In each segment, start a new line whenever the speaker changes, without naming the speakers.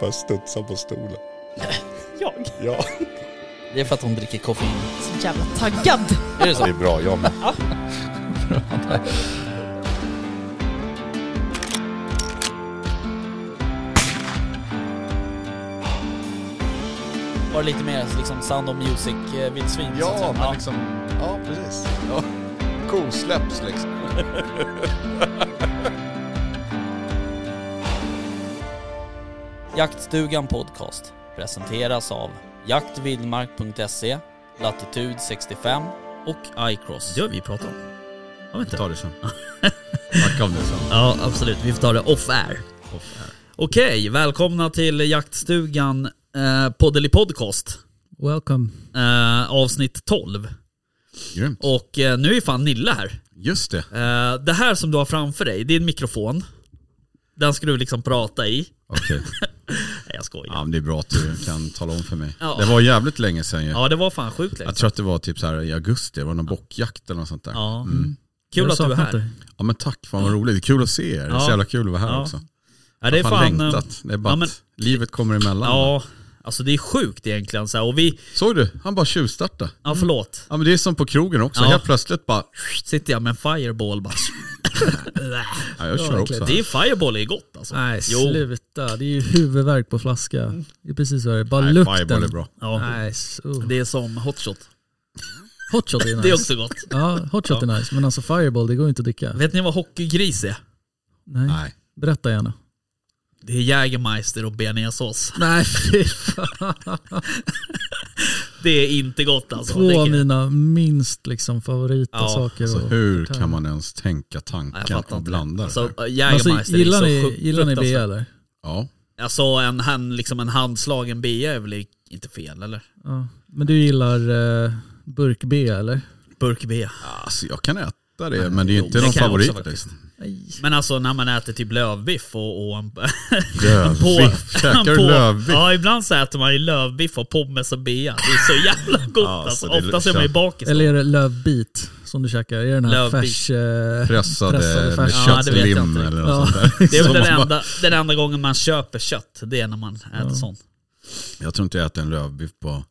Bara studsa på stolen.
Jag?
Ja.
Det är för att hon dricker koffein.
Så jävla taggad.
Är det så?
Det är bra, jag med.
Var det lite mer liksom Sound of eh, Music-vildsvin?
Ja, men liksom... Ja, precis. Ja. Kosläpps liksom.
Jaktstugan Podcast presenteras av jaktvildmark.se, Latitude 65 och iCross.
Det har vi pratat om. Har vi inte?
Ta det sen. Snacka om det sen.
Ja, absolut. Vi får ta det off-air.
Off air.
Okej, välkomna till Jaktstugan eh, Poddeli Podcast.
Welcome.
Eh, avsnitt 12.
Grymt.
Och eh, nu är fan Nille här.
Just det.
Eh, det här som du har framför dig, det är en mikrofon. Den ska du liksom prata i.
Okej.
Nej, jag skojar.
Ja,
Ja,
men det är bra att du kan tala om för mig.
Ja.
Det var jävligt länge sedan ju.
det var fan sjukt liksom. länge
Jag tror att det var typ så här i augusti, det var någon bockjakt eller något sånt där. Ja,
Ja. Kul
Mm. Jag
att du är
saknar
här.
dig.
men tack, fan vad roligt. Det är kul att se er. Det är
Ja.
så jävla kul att vara här
Ja.
också.
Ja, det är
fan,
fan... eh,
längtat. Det är bara
ja, men-
att livet kommer emellan.
Ja, alltså det är sjukt egentligen. Så här. Och vi...
Såg du? Han bara tjuvstartade.
Ja,
Mm.
förlåt.
Ja men det är som på krogen också.
Ja.
Helt plötsligt bara,
Sitter jag med en fireball bara...
ja, jag kör också.
Det
här.
är fireball är gott alltså.
Nej,
Jo.
sluta. Det är ju huvudvärk på flaska. Det är precis vad det är. Bara
Nej,
lukten.
fireball är bra.
Ja.
Nice. Oh.
Det är som hotshot.
Hotshot är nice.
Det är också gott.
Ja, hotshot är nice. Men alltså fireball, det går ju inte att dricka.
Vet ni vad hockeygris är?
Nej.
Nej.
Berätta gärna.
Det är Jägermeister och bearnaisesås.
Nej, fy fan.
Det är inte gott alltså. Det
Två
kan-
av mina minst liksom favorita
Ja,
saker.
Alltså
och-
hur kan man ens tänka
Nej, jag
tanken
fattar
och
inte.
blanda det?
Alltså,
där?
Jägermeister
Alltså, gillar,
är så
ni,
sjukt
gillar ni
fruktansvärt.
BA eller?
Ja.
Alltså en, hand, liksom en handslagen bea är väl i- inte fel eller?
Ja. Men du gillar eh, burk-BA eller?
Burk-bea.
Alltså jag kan äta det, men det är ju inte
det
någon
kan jag också
favorit.
faktiskt.
liksom.
Nej.
Men alltså när man äter typ lövbiff och, och en...
Lövbiff. liksom. Käkar du
på-
lövbiff?
Ja, ibland så äter man ju lövbiff och pommes och bea. Det är så jävla gott
Ja,
alltså.
så det är
Oftast är man ju
kört.
bakis.
Eller är det lövbit som du käkar? Är det den här
Lövbit.
färs... Eh,
Pressade
Pressade
med
färs.
Ja, det vet jag
köttlim
inte.
eller
Ja.
något sånt där.
Det är
Som
väl den
man bara-
enda, den enda gången man köper kött, det är när man äter sånt.
Jag tror inte jag ätit en lövbiff på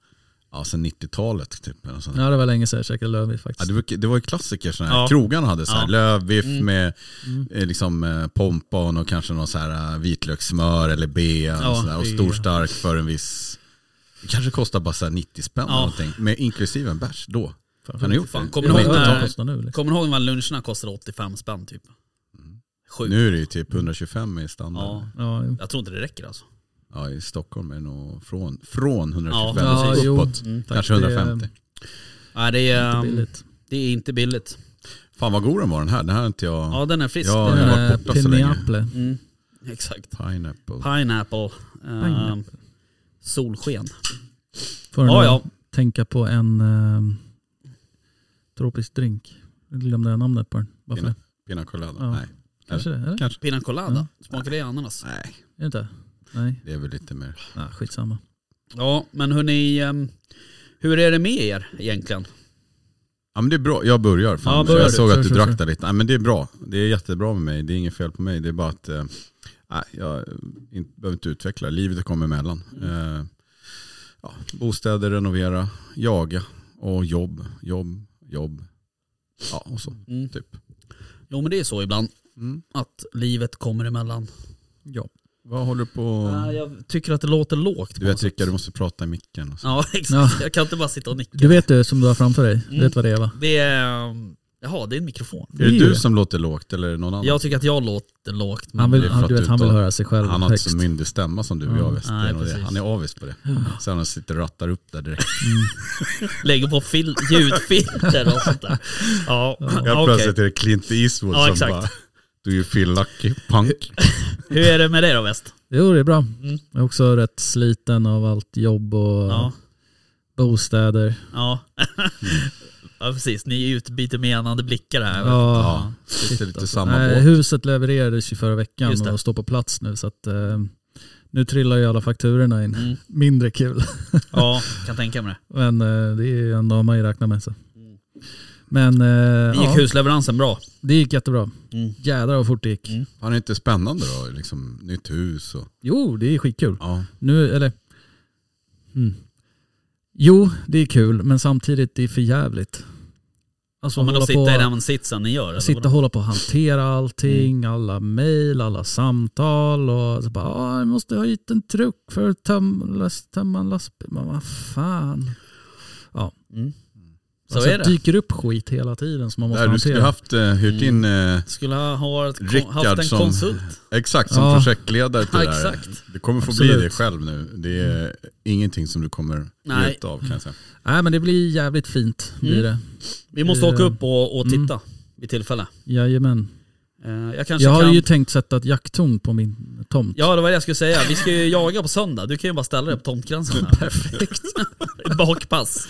ja, sen 90-talet typ. Eller något sånt där.
ja, det var länge sedan jag käkade lövbit
Ja,
faktiskt.
det, var, det var ju klassiker, såna här.
Ja.
krogarna hade så här,
Ja. Mm.
lövbiff med eh, liksom, eh, pompon och kanske någon så här eh, vitlökssmör eller bea
Ja,
och, sådär, och
bea.
stor stark för en viss... Det kanske kostar bara så här 90 spänn
Ja.
eller någonting, med inklusive en bärs då. Har ni gjort
Fan,
det?
kommer
Jag
du
vet
ihåg
inte vad det
när,
kostar nu. Liksom.
kommer du ihåg när luncherna kostade 85 spänn typ? Sjukt.
Nu är det ju typ 125 i standard.
Ja,
Ja, jo.
jag tror inte det räcker alltså.
Ja, i Stockholm är det nog från, från 125
Ja,
och så
jo.
uppåt.
Mm.
Kanske
Tack, det är-
150.
Nej, det, är,
Inte
ehm,
billigt.
det är inte billigt.
Fan vad god den var den här. Den här har inte jag...
Ja, den är frisk.
Ja,
Den
Den
jag
är-
har varit
här
borta så länge.
Pineapple.
Mm, exakt.
Pineapple.
Pineapple. ehm,
Pineapple.
solsken.
Får
Ja,
ja,
ja.
tänka på en ehm, tropisk drink. Jag glömde jag namnet på den. Varför?
Pina, pina colada.
Ja.
Nej.
Kanske det? Eller?
Kanske.
Pina colada.
Mm.
Smakar det ananas?
Nej,
Är det inte? Nej,
det är väl lite mer.
ah, skitsamma.
Ja, men hörni, ehm, hur är det med er egentligen?
Ja men det är bra. Jag börjar. Fan.
Ja, börjar
jag
du.
såg
Kör,
att du
kör,
drack
kör.
där lite. Nej men det är bra. Det är jättebra med mig. Det är inget fel på mig. Det är bara att eh, nej, jag in, behöver inte utveckla. Livet kommer emellan. Eh, ja, bostäder, renovera, jaga och jobb. Jobb, jobb. Ja och så.
Mm.
Typ.
Jo men det är så ibland,
Mm.
att livet kommer emellan.
Ja.
Vad håller du på...
Ja, Ah, jag tycker att det låter lågt. på
Du vet
något
Rickard,
sätt.
du måste prata i micken. Och så.
Ja exakt, jag kan inte bara sitta och nicka.
Du vet det som du har framför dig?
Mm.
Du vet vad det är va?
Det är, ehm, jaha det är en mikrofon.
Är det
Det är
du
det.
som låter lågt eller är det någon annan?
Jag tycker att jag låter lågt men
Han
Mm. det
vill,
är för
han,
att
du vet,
du
han vill
tar-
höra sig själv
han har inte
högst.
så myndig stämma som du och jag.
Ja.
Visst,
Nej,
och det.
precis.
Han är avis på det. Sen han sitter och rattar upp där direkt.
lägger på fil- ljudfilter och sånt där. Ja,
Helt
ja okej.
plötsligt är det Clint Eastwood
Ja,
som
exakt.
bara, du är feel lucky punk.
Hur är det med dig då West?
Jo det är bra.
Mm.
Jag är också rätt sliten av allt jobb och
Ja,
bostäder.
ja.
Mm.
ja precis, ni är utbytemenande blickar här.
Ja, sitter lite i samma
Nej,
alltså.
båt.
huset levererades ju förra
Just
veckan
det.
och står på plats nu så att eh, nu trillar ju alla fakturorna in.
Mm.
Mindre kul.
Ja, kan tänka mig det.
Men eh, det är ju en dag man ju räknar med. Så. Men eh,
Det gick
ja,
husleveransen bra.
det gick jättebra.
Mm.
Jädrar vad fort det gick.
Mm.
Han är inte spännande då? Liksom, nytt hus och...
Jo, det är skitkul.
Ja.
Nu, eller... Mm. Jo, det är kul, men samtidigt det är för jävligt. Alltså
Så men
hålla
att sitta
på,
i den sitsen ni gör. eller
sitta och
vadå? Mm.
hålla på och hantera allting, alla mejl, alla samtal och så bara ah, jag måste ha hit en truck för att töm, las, tömma en lastbil. Men vad fan.
Mm. Så
alltså,
är det.
det dyker upp skit hela tiden som man måste
Där, du skulle
hantera.
haft, eh, hyrt in, eh,
Skulle ha varit- haft en
Rickardsson.
konsult.
exakt som
Ja.
projektledare till
Ja,
det här.
exakt. Mm.
Du kommer få
Absolut.
bli det själv nu. Det är ingenting som du kommer
Nej.
njuta av kan jag säga.
Nej men det blir jävligt fint. Blir
Mm.
det.
Vi måste
Eh,
åka upp och, och
mm.
titta vid tillfälle.
Jajamän.
Eh, Jag kanske
Jag har
kan...
ju tänkt sätta ett jakttorn på min tomt.
Ja det var det jag skulle säga. Vi ska ju jaga på söndag. Du kan ju bara ställa dig på tomtgränsen här. Perfekt. Bakpass.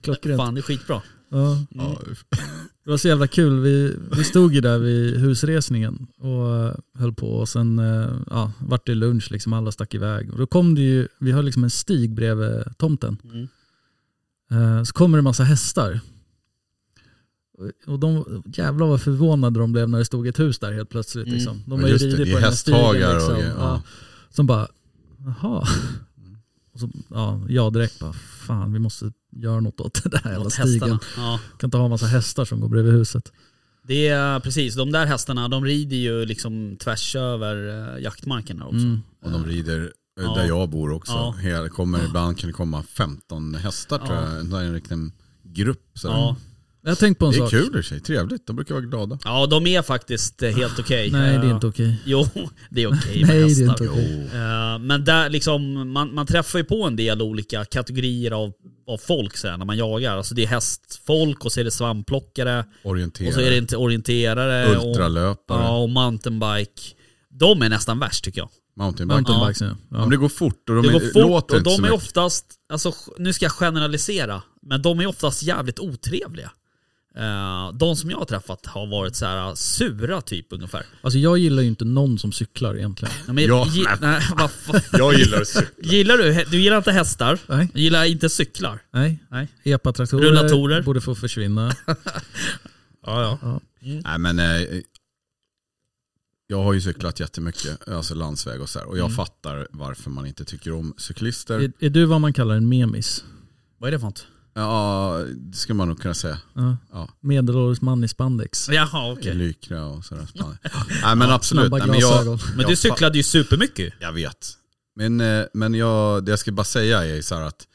Klockrent.
Fan det är skitbra.
Ja.
Ja,
Mm.
Det var så jävla kul. Vi, vi stod ju där vid husresningen och eh, höll på och sen eh, ja, vart det lunch liksom. Alla stack iväg. Och då kom det ju, vi har liksom en stig bredvid tomten.
Mm.
Eh, Så kommer det en massa hästar. Och- Och de, jävlar vad förvånade de blev när det stod ett hus där helt plötsligt.
Mm.
Liksom. De
Men
har ju
just det,
ridit
det är
på den här stigen.
hästhagar och
Liksom.
grejer,
ja.
ja. Mm.
Som bara, jaha. Och så, ja, jag direkt bara, fan vi måste göra något åt den där jävla
Mot
stigen.
hästarna. Ja.
Kan inte ha en massa hästar som går bredvid huset.
Det är precis, de där hästarna de rider ju liksom tvärs över eh, jaktmarken här också.
Mm.
Och de rider eh,
Ja.
där jag bor också.
Ja.
Hela, kommer, ibland kan det komma 15 hästar tror
Ja.
jag. Det är en riktig grupp. Så
Ja.
Jag har tänkt på en
Det är
sak.
kul i och för sig, trevligt. De brukar vara glada.
ja, de är faktiskt eh, helt okej.
Nej det är
Eh,
inte okej.
Jo, det är okej med
Nej det
hästar.
är inte okej.
Jo.
Eh, Men där liksom, man, man träffar ju på en del olika kategorier av, av folk sådär, när man jagar. Alltså det är hästfolk och så är det svampplockare
Orienterade,
och så är det inte orienterare. Och,
ultralöpare,
ja, och mountainbike. De är nästan värst tycker jag.
mountainbike. Ja.
Mountainbikes nu.
men
Ja.
det går fort och de
Det går
är,
fort
låter
och
inte så
de är
mycket.
oftast, alltså, nu ska jag generalisera, men de är oftast jävligt otrevliga. Eh, de som jag har träffat har varit så här sura typ ungefär.
Alltså jag gillar ju inte någon som cyklar egentligen.
Ja, men,
Ja,
gi- nej, vad fan.
Jag gillar att cykla.
Gillar du, hä- du gillar inte hästar?
Nej.
Du gillar inte cyklar?
Nej.
Nej.
Epatraktorer
Rullatorer.
borde få försvinna.
Ja, ja.
Nej, men, eh, jag har ju cyklat jättemycket, alltså landsväg och så här. Och
Mm.
jag fattar varför man inte tycker om cyklister.
är, är du vad man kallar en memis?
Vad är det för något?
Ja, det ska man nog kunna säga.
Ja.
Ja.
Medelålders man i spandex.
Jaha,
I
okej.
Lykra och sådär. Nej men absolut.
Snabba
Nej, men jag,
glasögon.
Men du
jag fa-
cyklade ju supermycket.
Jag vet. Men, eh, men jag, det jag ska bara säga är så här att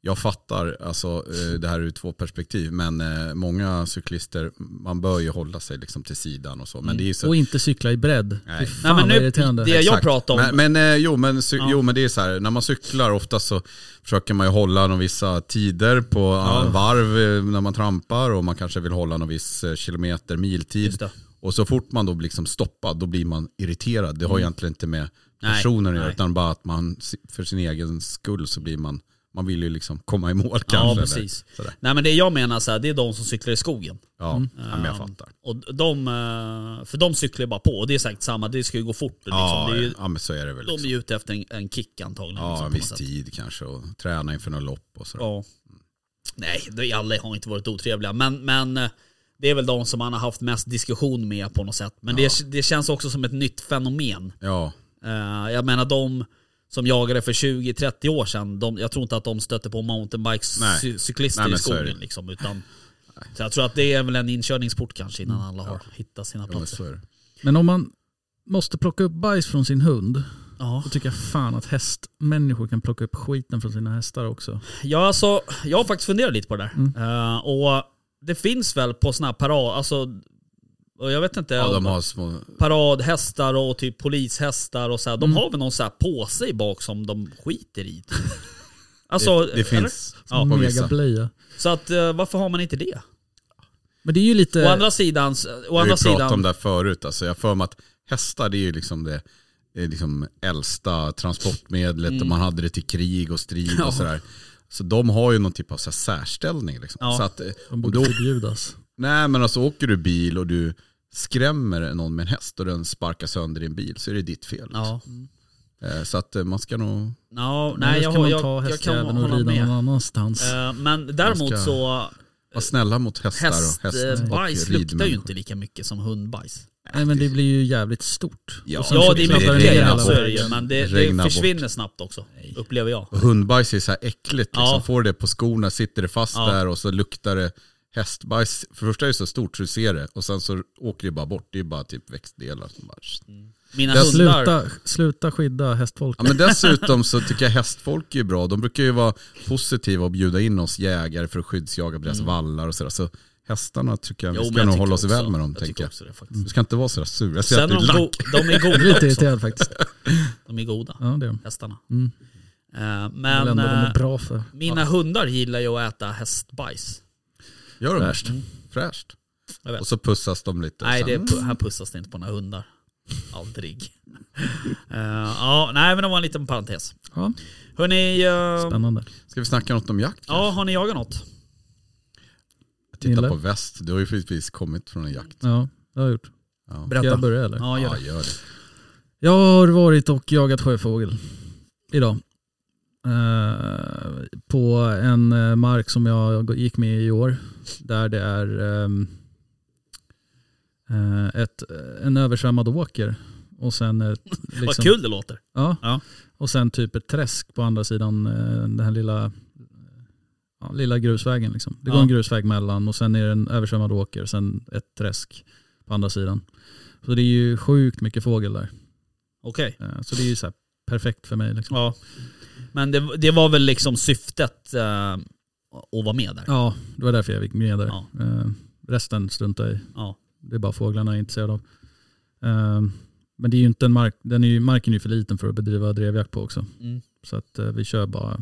jag fattar, alltså, eh, det här ur två perspektiv, men eh, många cyklister, man bör ju hålla sig liksom till sidan och så. Men det är ju så,
Och inte cykla i bredd.
Nej.
Fy
Nej,
men
fan vad
nu-
irriterande.
det- jag
Exakt.
pratar om-
Men, men, eh, jo, men, cy-
Ja.
jo men det är så här, när man cyklar ofta så försöker man ju hålla någon vissa tider på eh, varv eh, när man trampar och man kanske vill hålla någon viss eh, kilometer
Just
miltid.
det.
Och så fort man då blir liksom stoppad, då blir man irriterad. Det har egentligen inte med
Mm. Nej,
personen att göra,
nej.
utan bara att man si- för sin egen skull så blir man, man vill ju liksom komma i mål kanske.
Ja,
eller
precis.
sådär.
Nej men det jag menar så här, det är de som cyklar i skogen.
Ja, ja, men jag fattar.
Och de, eh, för de cyklar ju bara på och det är säkert samma, det ska ju gå fort. Liksom.
Ja,
det är ju,
ja, men så är det väl.
De är
Liksom.
ju ute efter en, en kick antagligen. liksom,
Ja,
på
en
något
viss
sätt.
tid kanske och träna inför något lopp och sådär.
Ja. Nej, de- alla har inte varit otrevliga. Men, men eh, det är väl de som man har haft mest diskussion med på något sätt. Men det, det känns också som ett nytt fenomen.
Ja,
Eh, jag menar de som jagade för 20-30 år sedan, de, jag tror inte att de stötte på
Nej.
mountainbikes-cyklister
Nej,
i
men så är
skogen.
det.
Liksom, utan, så jag tror att det är väl en inkörningsport kanske innan alla har hittat sina
Mm. ja men så
platser.
är det.
Men om man måste plocka upp bajs från sin hund,
Ja,
då tycker jag fan att hästmänniskor kan plocka upp skiten från sina hästar också.
ja alltså, jag har faktiskt funderat lite på det där.
Mm.
Eh, och det finns väl på sådana här parad, alltså, och jag vet inte
Ja,
om
de har små...
paradhästar och typ polishästar och så här. De
Mm.
har väl någon så här påse i bak som de skiter i. typ. Alltså,
det det
eller?
finns
Ja.
på
Mega
vissa.
blöja.
Så att eh, varför har man inte det?
Men det är ju
Å
lite...
andra sidan, å
Eh, Vi har ju
andra
pratat om
sidan,
det här förut. Alltså, jag har för mig att hästar det är ju liksom det är liksom äldsta transportmedlet och man hade det till krig och strid
Mm. Ja.
och sådär. Så de har ju någon typ av så här särställning. Liksom.
Ja.
Så att, eh,
De
och
borde
då,
förbjudas.
nej men alltså åker du bil och du skrämmer någon med en häst och den sparkar sönder din bil så är det ditt fel.
ja.
Eh, Så att eh, man ska nog...
Ja,
Annars
nej, jag,
kan
har-
man
jag,
ta
jag kan
hästjäveln och
hålla
rida
med.
någon annanstans.
Eh, Men däremot
Ganska-
så,
Var snälla mot hästar och häst
Hästbajs
och
eh, luktar ju
ridmänniskor.
inte lika mycket som hundbajs.
Nej men det blir ju jävligt stort.
Ja,
Och sen
Ja
så
det är
det
knappar
mycket
den
regnar
grejer,
hela
så är det ju.
vägen.
Men det, det
Regnar bort.
försvinner snabbt också, upplever jag.
Och Hundbajs är så här äckligt. Liksom.
Ja.
Får det på skorna, sitter det fast
Ja.
där och så luktar det hästbajs. För det första är det så stort så du ser det och sen så åker det bara bort. Det är bara typ växtdelar. Som bara...
Mina
Jag
hundar,
Sluta, sluta skydda hästfolket.
ja, men dessutom så tycker jag hästfolk är bra. De brukar ju vara positiva och bjuda in oss jägare för att skyddsjaga på deras vallar och sådär. Så hästarna tycker jag,
Mm. Jo, men
vi ska
jag
nog
tycker
hålla oss
också-
väl med dem
jag tycker
tänker jag.
också det faktiskt.
Du ska inte vara sådär sur. Jag ser att
Sen
du
är de,
är
go-
lack.
de är
Jag blir lite
goda också.
irriterad faktiskt.
De är goda,
Ja det är de.
hästarna.
Mm.
Eh,
Det är väl
Men
ändå de
eh,
är bra för.
mina hundar gillar ju att äta hästbajs.
Gör de
Fräscht.
fräscht. fräscht.
Mm. Jag vet.
Och så pussas de lite. och
Nej,
sen-
det är, pu- här pussas det inte på några hundar. Aldrig. Eh, ja, nej, men det var en liten parentes.
Ja,
Hörni, uh,
spännande.
Ska vi snacka något om jakt?
ja, har ni jagat något?
Titta
Nille?
på väst. Du har ju precis kommit från en jakt.
Ja, det har jag gjort.
Ja.
Ska jag börja eller?
Ja, gör
Ja, liksom-
det.
gör det.
Jag har varit och jagat sjöfågel idag. Eh, på en eh, mark som jag gick med i år. Där det är ehm, eh, ett, en översvämmad åker. Och sen, ett,
Vad
liksom,
kul det låter.
Ja.
Ja.
och sen typ ett träsk på andra sidan eh, den här lilla, ja, lilla grusvägen. Liksom. Det går
Ja.
en grusväg mellan och sen är det en översvämmad åker och sen ett träsk på andra sidan. Så det är ju sjukt mycket fågel där.
Okej.
Eh, Så det är ju så här perfekt för mig. Liksom.
Ja. Men det, det var väl liksom syftet eh, att vara med där.
Ja, det var därför jag gick med där.
Ja.
Eh, resten struntar jag i.
Ja.
Det är bara fåglarna jag är intresserad av. Eh, men det är ju inte en mark, den är ju, marken är ju för liten för att bedriva drevjakt på också.
Mm.
Så att eh, vi kör bara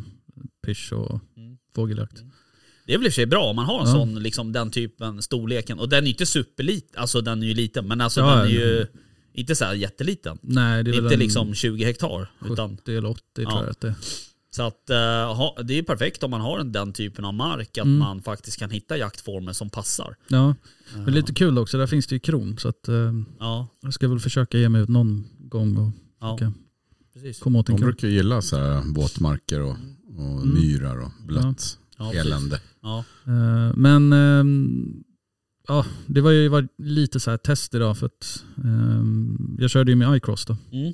pysch och
Mm.
fågeljakt.
Det är väl i och för sig bra om man har en
Ja.
sån, liksom den typen, storleken. Och den är ju inte superliten, alltså den är ju liten, men alltså
Ja,
den är
ja.
ju inte så här jätteliten.
Nej, det är väl
Inte
en
liksom 20 hektar. Utan,
70 eller 80
Ja.
tror jag att det är.
så att, eh, ha, det är ju perfekt om man har en- den typen av mark, att
Mm.
man faktiskt kan hitta jaktformer som passar.
Ja, men lite kul också. Där finns det ju kron. Så att, eh,
Ja,
jag ska väl försöka ge mig ut någon gång och
ja.
Okej.
Precis.
komma åt en
De
kron.
brukar ju gilla så här våtmarker och, och
Mm.
myrar och blött
Ja, precis.
elände.
Ja.
Eh, men ehm, ja, det var ju var lite så här test idag för att ehm, jag körde ju med iCross då.
Mm.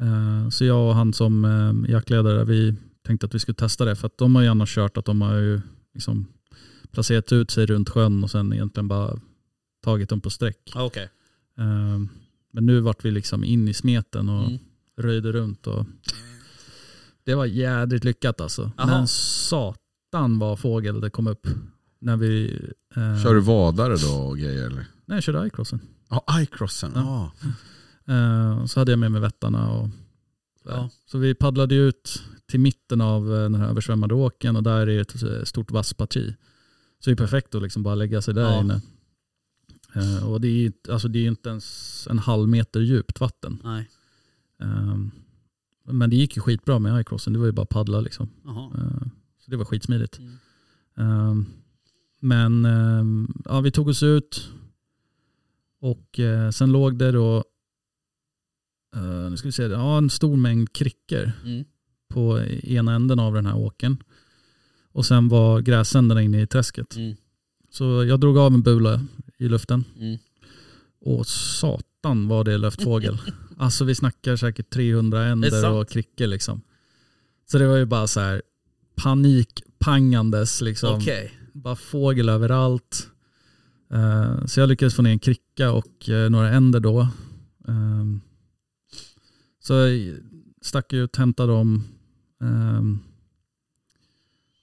Eh, så jag och han som eh, jaktledare, vi tänkte att vi skulle testa det för att de har ju annars kört att de har ju liksom placerat ut sig runt sjön och sen egentligen bara tagit dem på sträck.
Ja, Okej.
Eh, men nu vart vi liksom in i smeten och
Mm.
röjde runt och det var jädrigt lyckat alltså.
Aha.
Men satan vad fågel det kom upp när vi... Eh,
Kör du vadare då och grejer eller?
Nej, jag körde iCrossen.
Ja, iCrossen.
Ja.
Ja.
Eh, så hade jag med mig vättarna och
Ja.
Så vi paddlade ju ut till mitten av eh, den här översvämmade åken och där är ett eh, stort vassparti. Så det är perfekt att liksom bara lägga sig där
Ja.
inne. Eh, och det är ju alltså det är ju inte ens en halv meter djupt vatten.
Nej.
Ehm, men det gick ju skitbra med iCrossen, det var ju bara att paddla liksom.
Jaha.
Eh, Så det var skitsmidigt.
Mm.
Eh, Men eh, ja, vi tog oss ut och eh, sen låg det då eh, nu ska vi se, ja, en stor mängd krickor
Mm.
på ena änden av den här åken. Och sen var gräsänderna inne i träsket.
Mm.
Så jag drog av en bula i luften
Mm.
och satan vad det är löftfågel. alltså vi snackar säkert 300
Det är
änder
sant.
och krickor liksom. Så det var ju bara så här panikpangandes liksom.
Okej.
Bara fågel överallt. Eh, så jag lyckades få ner en kricka och eh, några änder då. Ehm, så jag stack ut, hämtade dem. Ehm,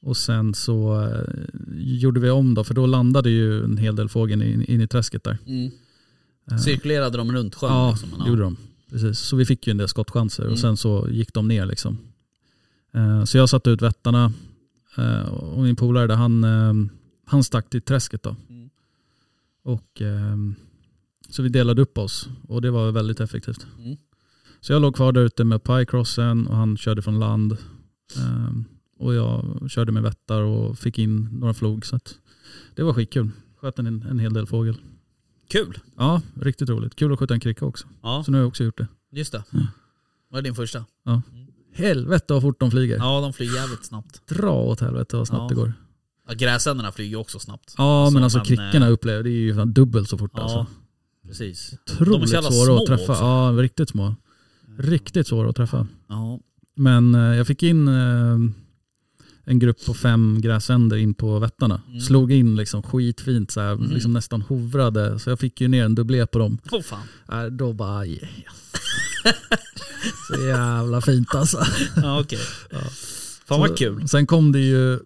och sen så eh, gjorde vi om då, för då landade ju en hel del fågeln in, in i träsket där.
Mm.
Eh,
Cirkulerade de runt sjön?
Ja,
liksom,
det gjorde de. Precis. Så vi fick ju en del skottchanser
Mm.
och sen så gick de ner. Liksom. Eh, så jag satte ut vättarna eh, och min polare där, han, eh, han stack till träsket. Då.
Mm.
Och, eh, så vi delade upp oss och det var väldigt effektivt.
Mm.
Så jag låg kvar där ute med piecrossen och han körde från land. Eh, och jag körde med vättar och fick in några flog. Så att det var skitkul. Sköt en, en hel del fågel.
Kul.
Ja, riktigt roligt. Kul att skjuta en kricka också.
Ja,
Så nu har jag också gjort det.
just det. Var det din första?
Helvete vad fort de flyger.
Ja, de flyger jävligt snabbt.
Dra åt helvete vad snabbt
Ja.
det går.
Ja, gräsänderna flyger också snabbt.
Ja men alltså
men,
krickorna
eh,
upplever det är ju fan dubbelt så fort
Ja,
alltså.
precis.
Otroligt
jävla
svåra
små
att träffa.
också.
Ja, riktigt små. Riktigt svåra att träffa.
Ja.
Men eh, jag fick in eh, en grupp på fem gräsänder in på vättarna.
Mm.
Slog in liksom skitfint så här, liksom nästan hovrade. Så jag fick ju ner en dubblé på dem.
Åh fan.
Äh, då bara yes. så jävla fint alltså.
Ja, okej. Fan vad kul.
Sen kom det ju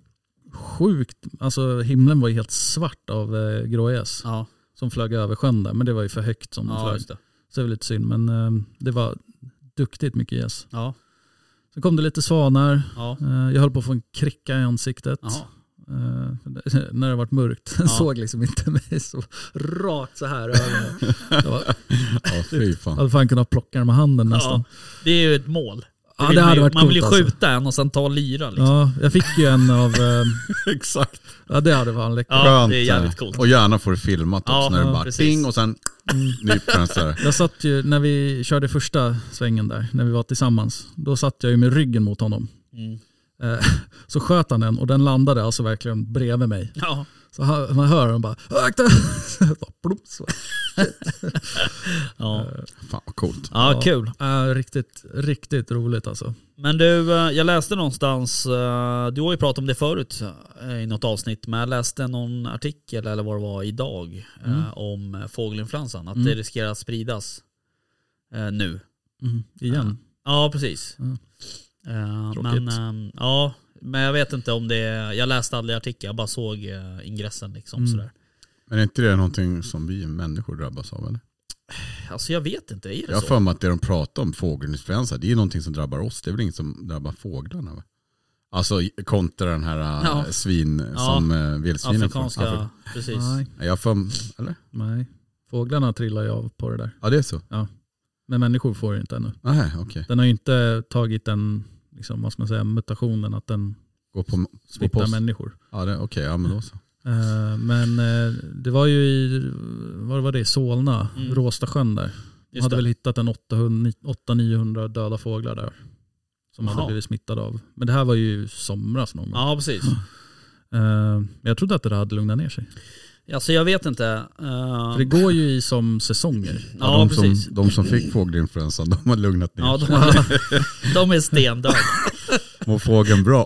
sjukt, alltså himlen var ju helt svart av eh, grågäss
Ja,
som flög över sjön där. Men det var ju för högt som de
ja
flög.
just det.
Så det var lite synd men eh, det var duktigt mycket gäss.
Ja,
Sen kom det lite svanar.
ja.
Eh, Jag höll på att få en kricka i ansiktet.
Jaha.
Eh, när det varit mörkt. Den såg liksom inte mig så rakt så här. i ögonen. Jag var-
Ja, fy
Jag
fan.
hade fan kunnat plocka den med handen nästan.
ja. Det är ju ett mål.
Ja,
vill
det
man
hade
ju-
varit
Man vill ju
coolt, alltså.
skjuta en och sen ta och lyra liksom.
Ja, jag fick ju en av, eh,
Exakt.
ja det hade varit en läcker.
Ja,
Skönt.
det är jävligt
eh,
coolt.
Och gärna får det filmat också
Ja,
när det bara
precis. Mm.
ding och sen nyper den så här.
Jag satt ju, när vi körde första svängen där, när vi var tillsammans, då satt jag ju med ryggen mot honom. Eh, Så sköt han den och den landade alltså verkligen bredvid mig.
Ja,
Så hör- man hör den bara, akta! Så plopp, så.
ja.
Fan vad coolt.
ja kul.
Eh, Ja, riktigt, riktigt roligt alltså.
Men du, eh, jag läste någonstans, eh, du har ju pratat om det förut eh, i något avsnitt, men jag läste någon artikel eller vad det var idag eh,
Mm.
om eh, fågelinfluensan, att det riskerar att spridas eh, nu.
Mm, Igen.
Ja, precis. Eh,
Mm. Tråkigt.
Men, eh, ja, men jag vet inte om det är, jag läste aldrig artikeln, jag bara såg eh, ingressen liksom
Mm.
sådär.
Men är inte det någonting som vi människor drabbas av eller?
Alltså jag vet inte, är det
Jag har
så?
för mig att det de pratar om, fågelinfluensa, det är ju någonting som drabbar oss. Det är väl inget som drabbar fåglarna? Va? Alltså kontra den här eh,
Ja.
svin
Ja.
som eh, vildsvinen får.
Afrikanska,
Afri-
precis.
Nej,
Nej, Jag har för mig, eller?
nej. Fåglarna trillar ju av på det där.
Ja det är så.
Men människor får ju inte ännu.
Nej, okej.
Den har ju inte tagit den, liksom, vad ska man säga, mutationen att den
Gå på, gå på
smittar
post.
människor.
Ja, det- okej, ja men då så.
Eh, men eh, det var ju i, vad var det, Solna,
Mm.
Råstasjön där. De
Just
hade
det.
väl hittat en 800 800-900 döda fåglar där. Som
Jaha.
hade blivit smittade av. Men det här var ju i somras någon gång.
Ja, precis.
Eh, Men jag trodde att det där hade lugnat ner sig.
Alltså jag vet inte. eh,
För det går ju i som säsonger.
Ja,
de,
precis.
som, de som fick fågelinfluensan, de har lugnat ner
Ja,
ja,
de, har, de är stendöda.
Mår fågeln bra?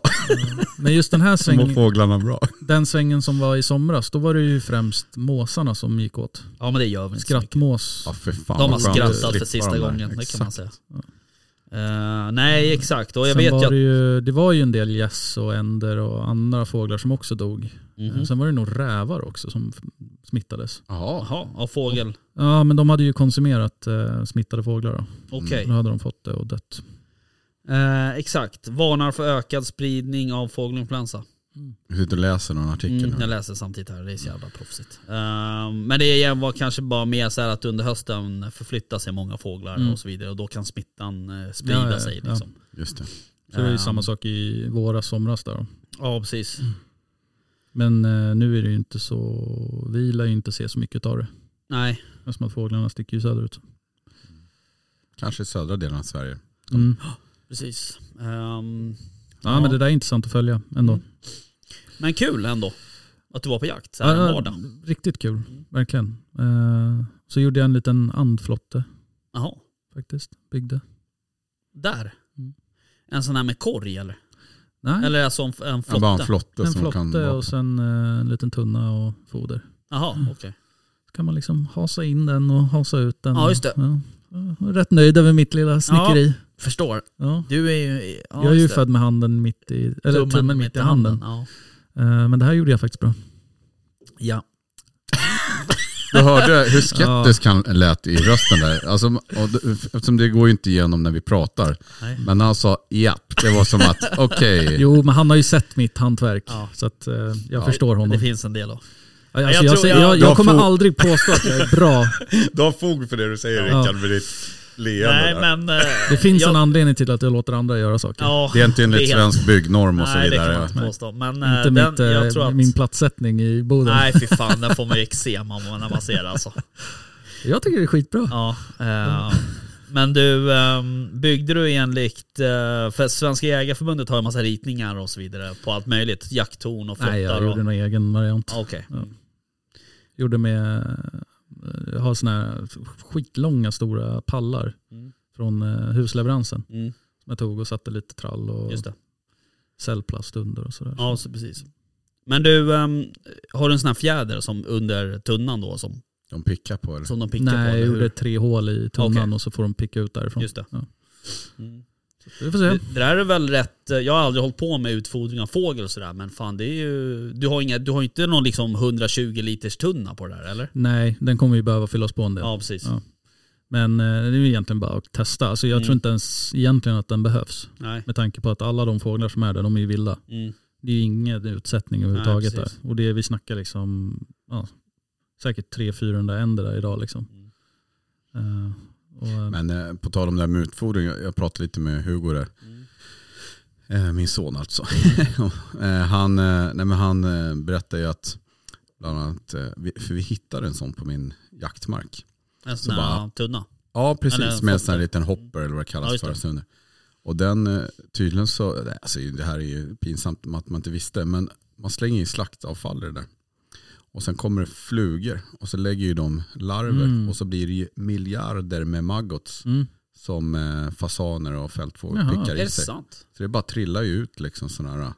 Men just den här
Mår
svängen,
fåglarna bra?
den svängen som var i somras, då var det ju främst måsarna som gick åt.
Ja, men det gör vi inte så mycket.
Skrattmås.
Ja, för fan,
De har
vad skönt att
skrattat för
slippa
sista
de där.
gången, det kan man
Exakt.
säga. Eh, nej, exakt. Och jag
Sen
vet
var
ju att...
det, ju, det var ju en del gäss och änder och andra fåglar som också dog.
Mhm.
Sen var det nog rävar också som f- smittades.
Jaha,
Jaha, av
Mm.
fågel.
Ja men de hade ju konsumerat eh, smittade fåglar då.
Okej.
Då hade de fått det och dött.
Eh, exakt. Varnar för ökad spridning av fågelinfluensa.
jag sitter och läser någon artikel
Mm, jag
nu.
läser samtidigt här, det är så jävla proffsigt. Eh, men det igen var kanske bara mer så här att under hösten förflyttar sig många fåglar och så vidare och då kan smittan eh, sprida
Mm. Ja, ja,
sig.
ja.
Liksom.
Just det.
Så det var ju
Ehm.
samma sak i våras, somras där. då.
Ja. precis.
Men eh, nu är det ju inte så, vi lär ju inte se så mycket av det.
Nej.
Eftersom att fåglarna sticker ju söderut.
Kanske i södra delen av Sverige.
Mm.
Precis. Ehm, Ja.
Ja,
Mm.
men det där är intressant att följa ändå.
men kul ändå. Att du var Mm. på jakt så här en
Ja,
vardag.
riktigt kul, verkligen. Eh, så gjorde jag en liten andflotte
Jaha.
faktiskt, byggde.
Där?
Mm.
En sån här med korg eller?
Nej,
Eller alltså en, en
Ja, bara
flotte?
en flotte
en
som kan
flotte
vara på.
och sen eh, en liten tunna och foder.
Jaha,
Mm.
okej.
Så kan man liksom hasa in den och hasa ut den.
Ja, just det.
Ja. Jag är Rätt nöjd över mitt lilla snickeri.
Förstår.
Ja.
Du är ju... Ja,
jag är ju
just det.
född med handen mitt i, eller tummen, mitt i handen.
Ja.
Eh, men det här gjorde jag faktiskt bra.
ja.
Du hörde hur skeptisk han lät i rösten där. Alltså, och, det- eftersom det går ju inte igenom när vi pratar.
Nej.
Men han sa japp, det var som att okej.
Jo, men han har ju sett mitt hantverk.
Ja.
Så att, eh, jag förstår honom.
Det finns en del av. Jag
Alltså, jag,
tror-
säger-
jag-
jag,
jag
jag kommer
får-
aldrig påstå att jag är bra.
Du har fog för det du säger
Ja.
Rickard med ditt leende
Nej
där.
men... eh,
Det finns
jag-
en anledning till att jag låter andra göra saker.
Ja,
Det är inte enligt
det är-
svensk byggnorm och så
Nej det kan man
vidare.
inte påstå. Men
Inte
eh, den,
mitt, eh,
jag tror att...
min platssättning i Boden.
Nej fy fan, den får man ju eksem av när man ser det alltså.
Jag tycker det är skitbra.
Ja, eh, Men du, ehm, byggde du enligt, eh, för Svenska Jägareförbundet har ju massa ritningar och så vidare på allt möjligt. Jakttorn och
Nej, jag
flottar. och-
gjorde någon egen variant.
Ah, Okej.
Gjorde med, jag har såna här skitlånga stora pallar
Mm.
från eh, husleveransen.
Mm.
Som jag tog och satte lite trall och
Just det.
cellplast under och sådär.
Ja, så precis. Men du, ehm, har du en sån här fjäder som under tunnan då som,
De pickar på det.
som de pickar på?
Nej,
eller
jag
hur?
gjorde tre hål i tunnan
Okej.
och så får de picka ut därifrån.
Just det.
Ja.
Mm.
Vi får se.
Det, det där är väl rätt, eh, jag har aldrig hållit på med utfodring av fågel och sådär men fan det är ju, du har, inga, du har inte någon liksom 120 liters tunna på det där eller?
Nej, den kommer vi behöva fyllas på en del.
Ja precis.
Ja. Men eh, det är ju egentligen bara att testa. Alltså jag
Mm.
tror inte ens egentligen att den behövs.
Nej.
Med tanke på att alla de fåglar som är där, de är ju vilda.
Mm.
Det är ju ingen utsättning överhuvudtaget
Nej,
där.
precis.
Och det vi snackar liksom, ja, säkert 300-400 änder där idag liksom.
Mm.
Eh, och, eh,
Men eh, på tal om det här med utfodring, jag, jag pratade lite med Hugo där.
Mm.
Eh, min son alltså. eh, han eh, nej, men han eh, berättade ju att bland annat, eh, vi, för vi hittade en sån på min jaktmark.
En
Så
sån här
bara-
tunna.
Ja,
Eller en
precis. Med en
fotter.
sån här liten hopper eller vad det
Ja,
kallas
just
för.
det.
Så nu. Och den eh, tydligen så, nej, alltså det här är ju pinsamt att man inte visste, men man slänger i slaktavfall i det där. Och sen kommer det flugor och så lägger ju de larver
Mm.
och så blir det ju miljarder med maggots
mm.
som eh, fasaner och fältfågel
Jaha.
pickar
Är det
i sig. Så
sant?
det bara trillar ju ut liksom sådana här.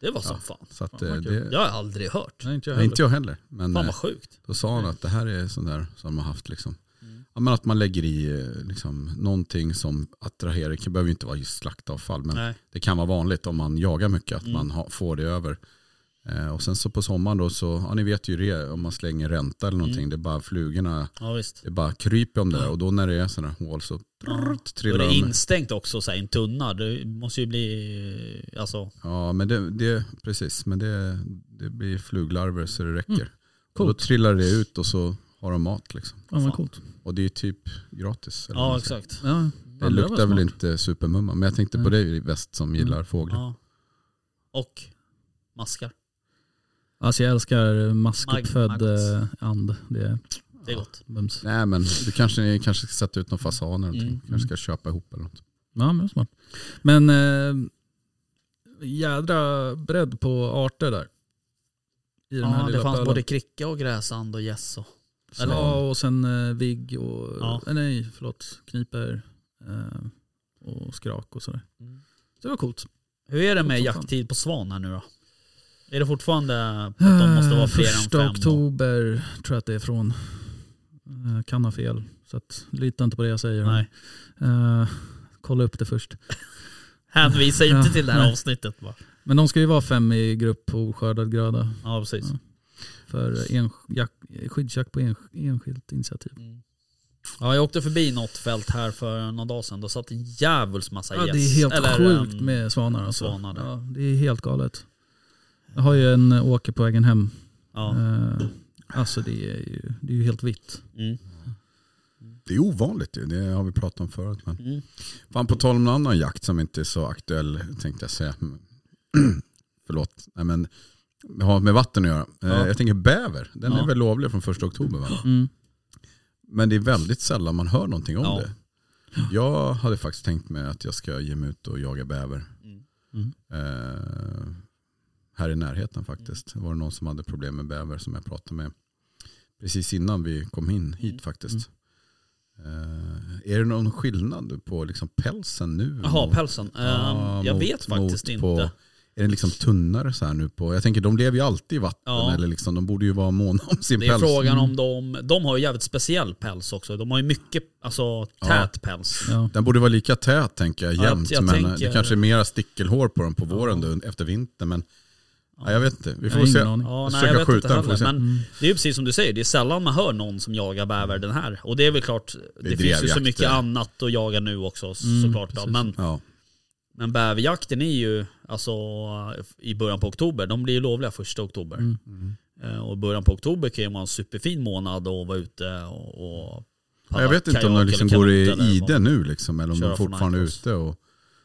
Det var som
Ja.
fan.
Så att,
Fan, vad
eh,
kul.
det,
Jag har aldrig hört.
Nej, inte jag
nej,
heller.
inte jag heller. Men
Fan
eh,
vad sjukt.
då sa han att det här är sånt där som de har haft. Liksom. Ja, men att man lägger i eh, liksom, någonting som attraherar, det behöver ju inte vara just slaktavfall, men
Nej.
det kan vara vanligt om man jagar mycket att
Mm.
man ha, får det över. Eh, och sen så på sommaren då så, ja ni vet ju det om man slänger ränta eller någonting,
Mm.
det är bara flugorna,
Ja visst.
det är bara kryper om det där och då när det är sådana här hål så prrrt,
Och det
trillar
Mm. är
de.
instängt också så här, i en tunna. Det måste ju bli, alltså.
Ja men det, det precis, men det, det blir fluglarver så
Mm.
det räcker. Och då
Coolt.
trillar det ut och så har de mat liksom.
Ja,
Fan.
vad coolt.
Och det är ju typ gratis. eller vad
Ja
man säger.
exakt.
Ja,
Det luktar väl inte supermumma, men jag tänkte på
Mm.
dig i väst som gillar fåglar.
Ja. Och maskar.
Alltså jag älskar
Mag-
maskuppfödd
maggots.
eh, and. Det är
Det är gott.
mums.
Nej men du kanske, ni kanske ska sätta ut någon fasan eller någonting.
Mm.
kanske ska köpa ihop eller något.
Ja, men det är smart. Men eh, jädra bredd på arter där. I den här
Ja,
lilla
det fanns
pölen.
både kricka och gräsand och gäss och...
eller-
Ja, och sen eh, vigg och,
Ja.
eh, nej förlåt, kniper eh, och skrak och sådär.
Mm.
Så det var coolt.
Hur är det med
Som fan.
jakttid på svan här nu då? Är det fortfarande att de måste vara fler än
Första
fem? då?
oktober tror jag att det är från. Eh, kan ha fel, så att, lita inte på det jag säger.
Nej.
Eh, kolla upp det först.
Hänvisa inte
Ja,
till det här
nej.
avsnittet bara.
Men de ska ju vara fem i grupp på oskördad gröda
Ja precis.
Ja. för en, jak, skyddsjakt på en, enskilt initiativ.
Mm. Ja, jag åkte förbi något fält här för några dagar sedan. Då satt en djävuls massa
Ja,
gäss.
det är helt
Eller,
sjukt
ehm,
med svanar. Alltså.
svanar där.
ja, det är helt galet. Jag har ju en åker på vägen hem.
Ja.
Eh, alltså det är ju, det är ju helt vitt.
Mm.
Det är ovanligt ju, det har vi pratat om förut. Men.
Mm.
Fan på tal om någon annan jakt som inte är så aktuell tänkte jag säga. Förlåt, nej men det har med vatten att göra. Eh,
Ja.
Jag tänker bäver, den
Ja.
är väl lovlig från första oktober va?
Mm.
Men det är väldigt sällan man hör någonting om
Ja.
det. Jag hade faktiskt tänkt mig att jag ska ge mig ut och jaga bäver.
Mm.
Mm.
Eh, här i närheten faktiskt. Det var någon som hade problem med bäver som jag pratade med precis innan vi kom in hit
Mm.
faktiskt. Eh, är det någon skillnad på liksom pälsen nu?
Jaha,
mot-
pälsen. Ehm,
Mm. ja,
jag
mot-
vet faktiskt
mot
inte.
på- Är den liksom tunnare så här nu på? Jag tänker de lever ju alltid i vatten
Ja.
eller liksom, de borde ju vara måna om sin
Det är
päls.
frågan om de... De har ju jävligt speciell päls också. De har ju mycket, alltså tät päls.
Ja.
Den borde vara lika tät tänker jag
Ja, jag-
jämt.
jag
men eh,
tänker-
det kanske är mera stickelhår på dem på våren då, efter vintern. Men nej, jag vet inte. Vi
Jag
får
har
se.
ingen aning.
Ja,
Jag
nej,
försöker
jag vet
skjuta
inte
den, får vi se. Mm.
heller. Men det är ju precis som du säger, det är sällan man hör någon som jagar bäver den här. Och det är väl klart, det, finns ju så
drevjakter. Mm,
mycket annat att jaga nu också såklart. Då.
precis.
Men,
Ja.
men bäverjakten är ju alltså, i början på oktober, de blir ju lovliga första oktober.
Mm.
Eh, Och början på oktober kan ju vara en superfin månad att vara ute och... och
Jag vet inte om
kajak
de
eller
liksom går i
kanot eller vad.
ide nu liksom, eller om
Köra
de fortfarande är
från Icos.
ute och,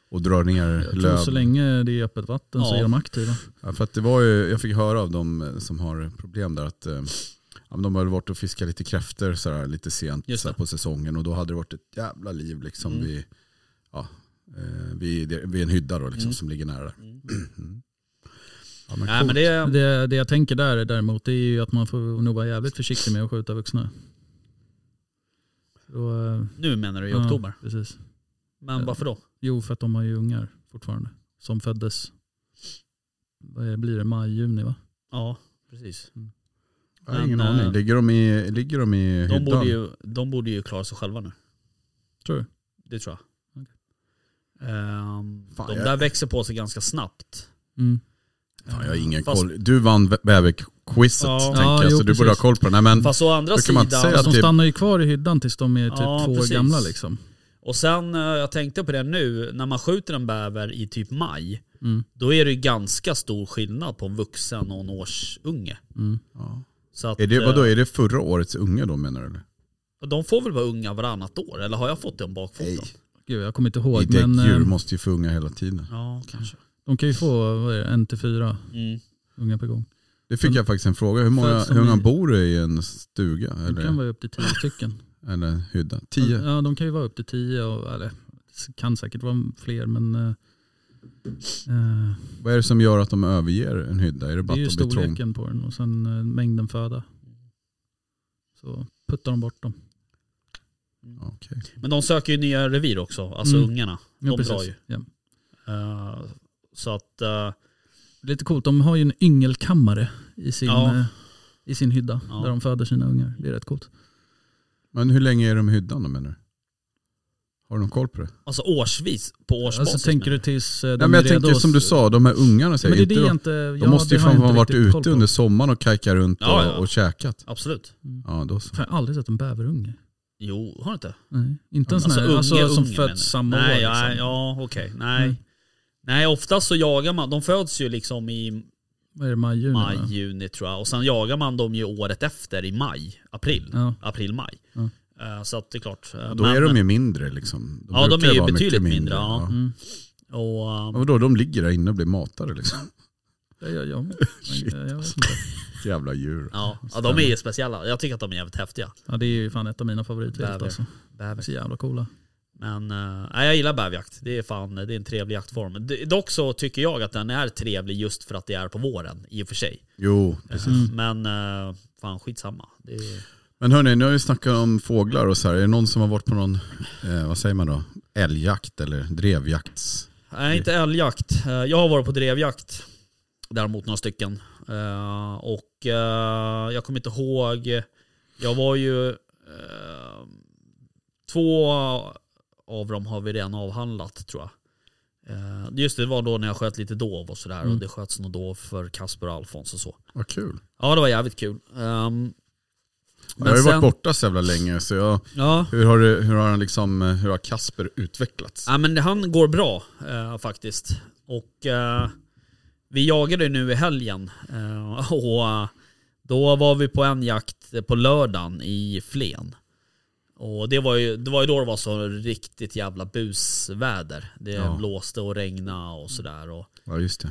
och drar ner
Jag tror
löv.
så länge det är öppet vatten så
Ja.
är de aktiva.
Ja, för att det var ju, jag fick höra av de som har problem där att eh, ja, men de hade varit och fiskat lite kräftor så här, lite sent
Just
så här, på säsongen och då hade det varit ett jävla liv liksom
Mm.
vid, ja, eh, vid, vid en hydda då, liksom,
Mm.
som ligger nära. där.
Mm.
Mm. Ja, men
Nej, men
coolt.
det är,
Det, det jag tänker där är däremot det är ju att man får nog vara jävligt försiktig med att skjuta vuxna. Då, eh,
nu menar du i
ja,
oktober.
Precis.
Men varför då?
Jo, för att de har ju ungar fortfarande. Som föddes, vad är det, blir det, maj, juni va?
Ja, precis.
Jag har ingen
men, eh,
aning. Ligger de i, ligger de i hyddan?
De borde, ju, de borde ju klara sig själva nu.
Tror du?
Det tror jag.
Okej.
Ehm,
Fan,
de
jag-
där växer på sig ganska snabbt.
Mm.
Fan, jag har ingen
Fast-
koll. Du vann bä- bäverquizet
Ja.
tänker
Ja,
jag,
jo,
så du borde ha
precis.
koll på det. Nej, men,
Fast å andra
Då kan man inte
sidan,
säga
Fast de
typ-
stannar ju kvar i hyddan tills de är typ
Ja,
två år
precis.
gamla liksom.
och sen eh, jag tänkte på det nu, när man skjuter en bäver i typ maj,
Mm.
då är det ju ganska stor skillnad på en vuxen och en årsunge.
Mm.
ja.
Så att,
är, det,
eh,
vadå, är det förra årets unga då menar du? eller?
De får väl vara unga varannat år, eller har jag fått det om bakfoten?
Nej.
Gud, jag kommer inte ihåg.
Inte
Men
djur
eh,
måste ju få unga hela tiden.
Ja, kanske.
de kan ju få vad är det, en till fyra
Mm.
unga per gång.
Det fick
Men-
jag faktiskt en fråga. Hur många,
Föds de
hur många
i-
bor det i en stuga
De kan Mm.
eller,
vara upp till tio stycken.
eller en hydda? Tio?
Ja, de kan ju vara upp till tio. Och, eller, det kan säkert vara fler men eh, eh,
Vad är det som gör att de överger en hydda? Är det
det
bara
är ju
att de blir trång?
storleken på den och sen eh, mängden föda. Så puttar de bort dem.
Ja, okej.
Men de söker ju nya revir också, alltså
Mm.
ungarna.
Ja,
De
precis.
drar ju.
Ja.
Eh, så att eh,
Lite coolt, de har ju en yngelkammare i sin,
Ja.
eh, i sin hydda
Ja.
där de föder sina ungar. Det är rätt coolt.
Men hur länge är de i hyddan då menar du? Har du någon koll på det?
Alltså årsvis, på årsbasis.
Alltså, tänker
menar
du tills eh, de
Nej, men jag
är redo
tänker
att-
som du sa, de här ungarna
Ja,
säger
men
inte
det är det jag
de.
inte, ja,
De måste ju
det har
fan ha
jag inte
varit
riktigt
ute
koll på.
under sommaren och kajkat runt
Ja, ja.
och, och käkat.
jag. Absolut.
Ja, då så.
Fan, Jag har aldrig sett en bäverunge.
Jo, har du inte?
Nej, inte en sån
Alltså,
här alltså,
unge,
som
unge, menar du?
föds samma
nej,
år. Liksom.
Nej, ja okej. Nej.
Mm.
nej, oftast så jagar man, de föds ju liksom i
Vad är det, maj, juni?
maj,
va?
juni tror jag. Och sen jagar man dem ju året efter i maj, april.
Ja.
April, maj.
Ja.
Eh, Så att det är klart. eh,
Då
men-
är de ju mindre liksom.
Ja, de
brukar
är ju
vara mycket
betydligt mindre, ja.
ja.
Mm.
och, eh,
Ja, vadå, de ligger där inne och blir matade liksom.
Ja, ja, ja.
Shit.
Jag, jag vet inte.
Jävla djur.
ja, ja, de är ju speciella. Jag tycker att de är jävligt häftiga.
Ja, det är ju fan ett av mina favoritvilt
Bäver.
alltså.
Bäver.
Så jävla coola.
Men eh, nej, jag gillar bäverjakt. Det är fan, det är en trevlig jaktform. D- Dock så tycker jag att den är trevlig just för att det är på våren i och för sig.
Jo,
Eh, Men eh, fan skitsamma. Det är,
Men hörni, nu har vi snackat om fåglar och så här. Är det någon som har varit på någon, eh, vad säger man då, älgjakt eller drevjakts?
nej, inte älgjakt. Eh, Jag har varit på drevjakt. Däremot några stycken. Eh, Och eh, jag kommer inte ihåg. Jag var ju... eh, Två av dem har vi redan avhandlat tror jag. Eh, Just det, det var då när jag sköt lite dov och sådär. Och det sköts nog dov för Kasper och Alfons och så.
Vad kul.
Ja, det var jävligt kul. Ehm,
jag har ju
sen-
varit borta så jävla länge så jag,
Ja.
hur har, det, hur har han liksom, eh, hur har Kasper utvecklats?
ja, men han går bra eh, faktiskt. Och eh, vi jagade nu i helgen. Eh, och eh, då var vi på en jakt på lördagen i Flen. Och det var ju, det var ju då det var så riktigt jävla busväder. Det
Ja.
blåste och regnade och sådär. Och,
Ja just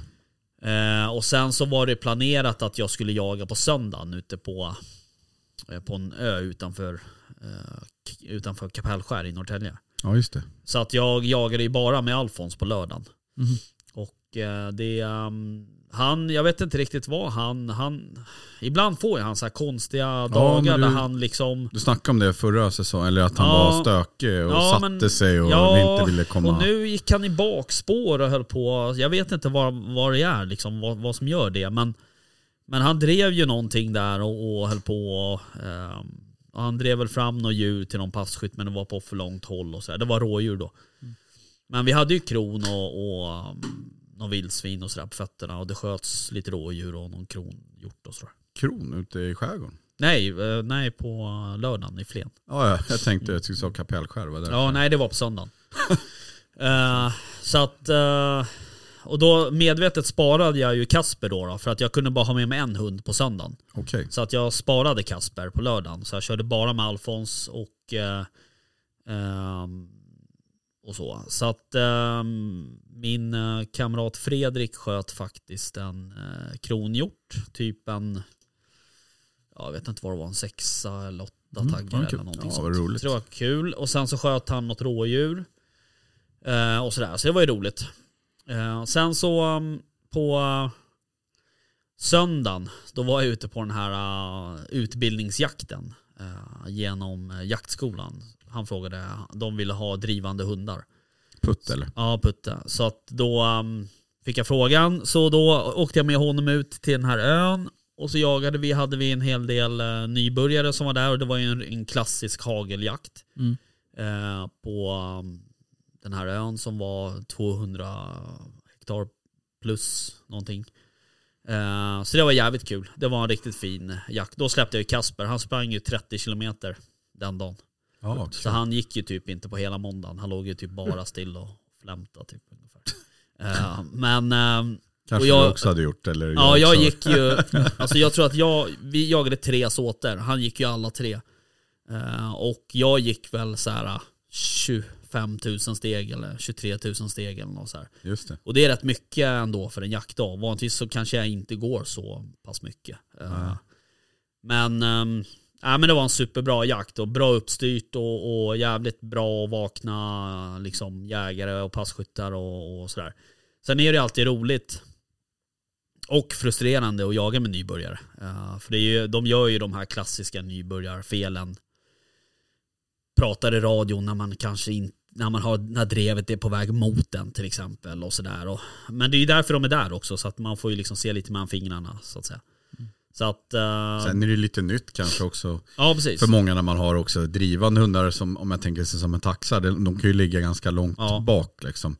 det.
Eh, och sen så var det planerat att jag skulle jaga på söndagen ute på, eh, på en ö utanför, eh, K- utanför Kapellskär i Norrtälje.
Ja just det.
Så att jag jagade ju bara med Alfons på lördagen.
Mhm.
Och eh, det, ehm, han, jag vet inte riktigt vad han, han, ibland får ju han så här konstiga dagar
men
där
du-
han liksom
Du snackade om det förra säsongen, eller att han
Ja.
var stökig och
Ja,
satte
men-
sig och inte ville komma.
och nu gick han i bakspår och höll på. Jag vet inte vad, vad det är, liksom, vad, vad som gör det. Men, men han drev ju någonting där och, och höll på. Och, ehm, och han drev väl fram något djur till någon passkytt men det var på för långt håll och sådär. Det var rådjur då. Men vi hade ju kron och, och um, någon vildsvin och sådär på fötterna och det sköts lite rådjur och någon kronhjort och sådär.
Kron ute i skärgården.
Nej, eh, nej på lördagen i Flen.
Ja, ja, jag tänkte att du sa kapellskär. var därför.
Ja, nej det var på söndagen. Eh, så att... eh, och då medvetet sparade jag ju Kasper då, då, för att jag kunde bara ha med mig en hund på söndagen.
Okej.
Så att jag sparade Kasper på lördagen. Så jag körde bara med Alfons och... eh, ehm, och så. Så att ehm, min eh, kamrat Fredrik sköt faktiskt en eh, kronhjort. Typ en... ja, jag vet inte vad det var, en sexa eller åtta
Mm,
taggar
ja, kul.
eller någonting
Ja,
sånt.
vad roligt.
Så det var kul. Och sen så sköt han något rådjur. Eh, och sådär, så det var ju roligt. Eh, sen så um, på uh, söndagen, då var jag ute på den här uh, utbildningsjakten eh, genom eh, jaktskolan. Han frågade, de ville ha drivande hundar.
Putt eller?
Ja, Putte. Så att då ehm, fick jag frågan. Så då åkte jag med honom ut till den här ön. Och så jagade vi, hade vi en hel del eh, nybörjare som var där och det var ju en, en klassisk hageljakt.
Mm.
Eh, på ehm, den här ön som var 200 hektar plus någonting. Eh, så det var jävligt kul. Det var en riktigt fin jakt. Då släppte jag ju Kasper, han sprang ju 30 kilometer den dagen.
Ja,
Så han gick ju typ inte på hela måndagen. Han låg ju typ bara still och flämtade. Typ, ungefär. Eh, men eh,
Kanske
och jag-
du också hade gjort eller?
ja, jag
också.
gick ju, alltså jag tror att jag, vi jagade tre såter. Han gick ju alla tre. Eh, och jag gick väl så här eh, 25 000 steg eller 23 000 steg eller något så här.
Just det.
Och det är rätt mycket ändå för en jaktdag. Vanligtvis så kanske jag inte går så pass mycket. Eh, Men, ehm, ja, men det var en superbra jakt och bra uppstyrt och, och jävligt bra och vakna liksom, jägare och passkyttar och, och sådär. Sen är det alltid roligt och frustrerande att jaga med nybörjare. Eh, för det är ju, de gör ju de här klassiska nybörjarfelen. Pratar i radion när man kanske inte när man har, när drevet är på väg mot en till exempel och sådär. Och- Men det är ju därför de är där också så att man får ju liksom se lite mellan fingrarna så att säga. Så att, eh,
Sen är det lite nytt kanske också
ja precis.
för många när man har också drivande hundar som om jag tänker sig som en taxa, de, de kan ju ligga ganska långt
Ja. Mm.
bak liksom.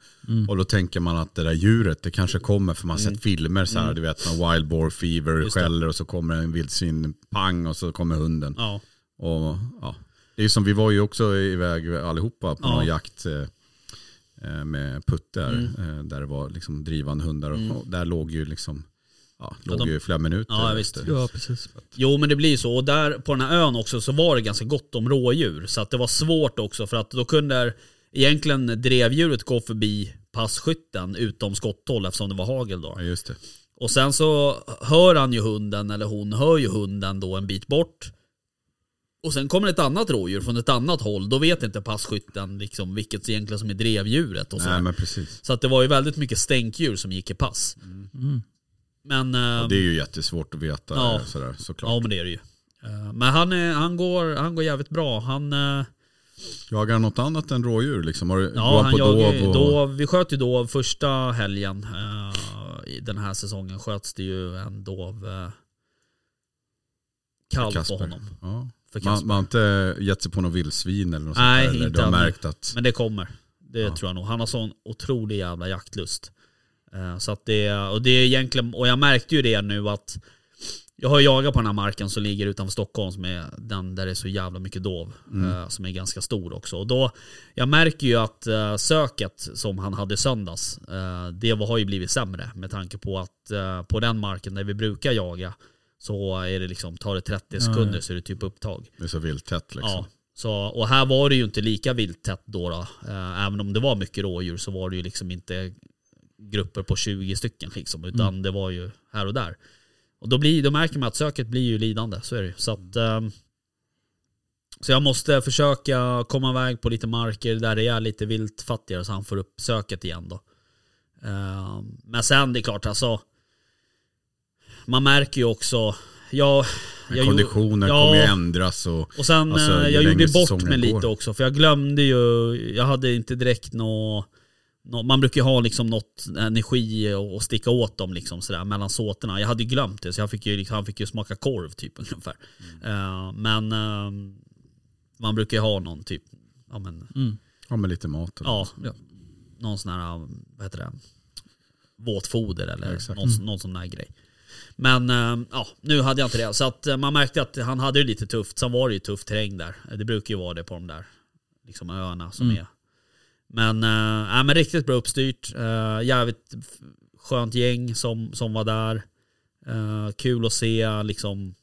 Och då tänker man att det där djuret, det kanske kommer för man har sett filmer så här, du vet när wild boar fever
Mm. Just det.
skäller och så kommer en vildsvin pang och så kommer hunden.
Ja,
Och, ja. Det är ju som, vi var ju också iväg allihopa på
Ja.
någon jakt eh, eh, med putte där,
Mm.
eh, där det var liksom drivande hundar och, och där låg ju liksom Ja, låg
de-
ju flera minuter.
Ja,
efter.
visst.
Ja, precis.
Jo men det blir så. Och där på den här ön också så var det ganska gott om rådjur. Så att det var svårt också för att då kunde egentligen drevdjuret gå förbi passkytten utom skotthåll eftersom det var hagel då.
Ja, just det.
Och sen så hör han ju hunden, eller hon hör ju hunden då en bit bort. Och sen kommer ett annat rådjur från ett annat håll. Då vet inte passkytten liksom vilket egentligen som är drevdjuret. Och
Nej,
så,
men precis.
så att det var ju väldigt mycket stänkdjur som gick i pass.
Mm.
Men... ehm,
Det är ju jättesvårt att veta
Ja.
eh, sådär, såklart.
Ja men det är det ju. Eh, Men han, är, han, går, han går jävligt bra. Han, eh,
Jagar han något annat än rådjur? Liksom? Har du,
ja,
går han
han
på
jag,
dov?
dov
Och,
Vi sköt ju dov första helgen eh, i den här säsongen. Sköts det ju en dov eh, kalv på
Kasper.
honom.
Ja.
För Kasper.
Man, man har inte gett sig på något vildsvin eller något
Nej,
sånt där, eller
inte
Du har
än.
märkt att...
Men det kommer. Det
Ja.
tror jag nog. Han har sån otrolig jävla jaktlust. Eh, Så att det, och det är egentligen, och jag märkte ju det nu att jag har jagat på den här marken som ligger utanför Stockholm som är den där det är så jävla mycket dov. eh, Som är ganska stor också. Och då, jag märker ju att eh, söket som han hade i söndags, eh, det var- har ju blivit sämre med tanke på att eh, på den marken där vi brukar jaga så är det liksom, tar det 30 sekunder så är det typ upptag.
Det är så vilttätt liksom.
Ja. Så, och här var det ju inte lika vilttätt då. då. Eh, även om det var mycket rådjur så var det ju liksom inte grupper på 20 stycken liksom, utan
Mm.
det var ju här och där. Och då, blir, då märker man att söket blir ju lidande, så är det ju. Så, att, ehm, så jag måste försöka komma iväg på lite marker där det är lite viltfattigare så han får upp söket igen då. Ehm, men sen det är klart alltså, man märker ju också, jag,
Men
jag gjorde-
konditionen
Ja.
kommer ju ändras och...
och sen
Alltså,
eh,
ju
jag gjorde
längre
bort
säsongen
mig lite
går.
också för jag glömde ju, jag hade inte direkt nå, nå man brukar ju ha liksom något energi och, och sticka åt dem liksom sådär mellan såterna. Jag hade ju glömt det så jag fick ju, liksom, han fick ju smaka korv typ ungefär.
Mm.
Eh, men eh, man brukar ju ha någon typ, ja men,
Ja, med lite mat. Och,
ja, någon sån här, vad heter det, våtfoder eller
exakt. Mm.
någon, någon sån här grej. Men eh, ja, nu hade jag inte det. Så att eh, man märkte att han hade det lite tufft. Sen var det ju tuff terräng där. Eh, Det brukar ju vara det på de där liksom, öarna som
Mm.
är. Men, äh, men riktigt bra uppstyrt. Äh, jävligt f- skönt gäng som, som var där. Eh, kul att se liksom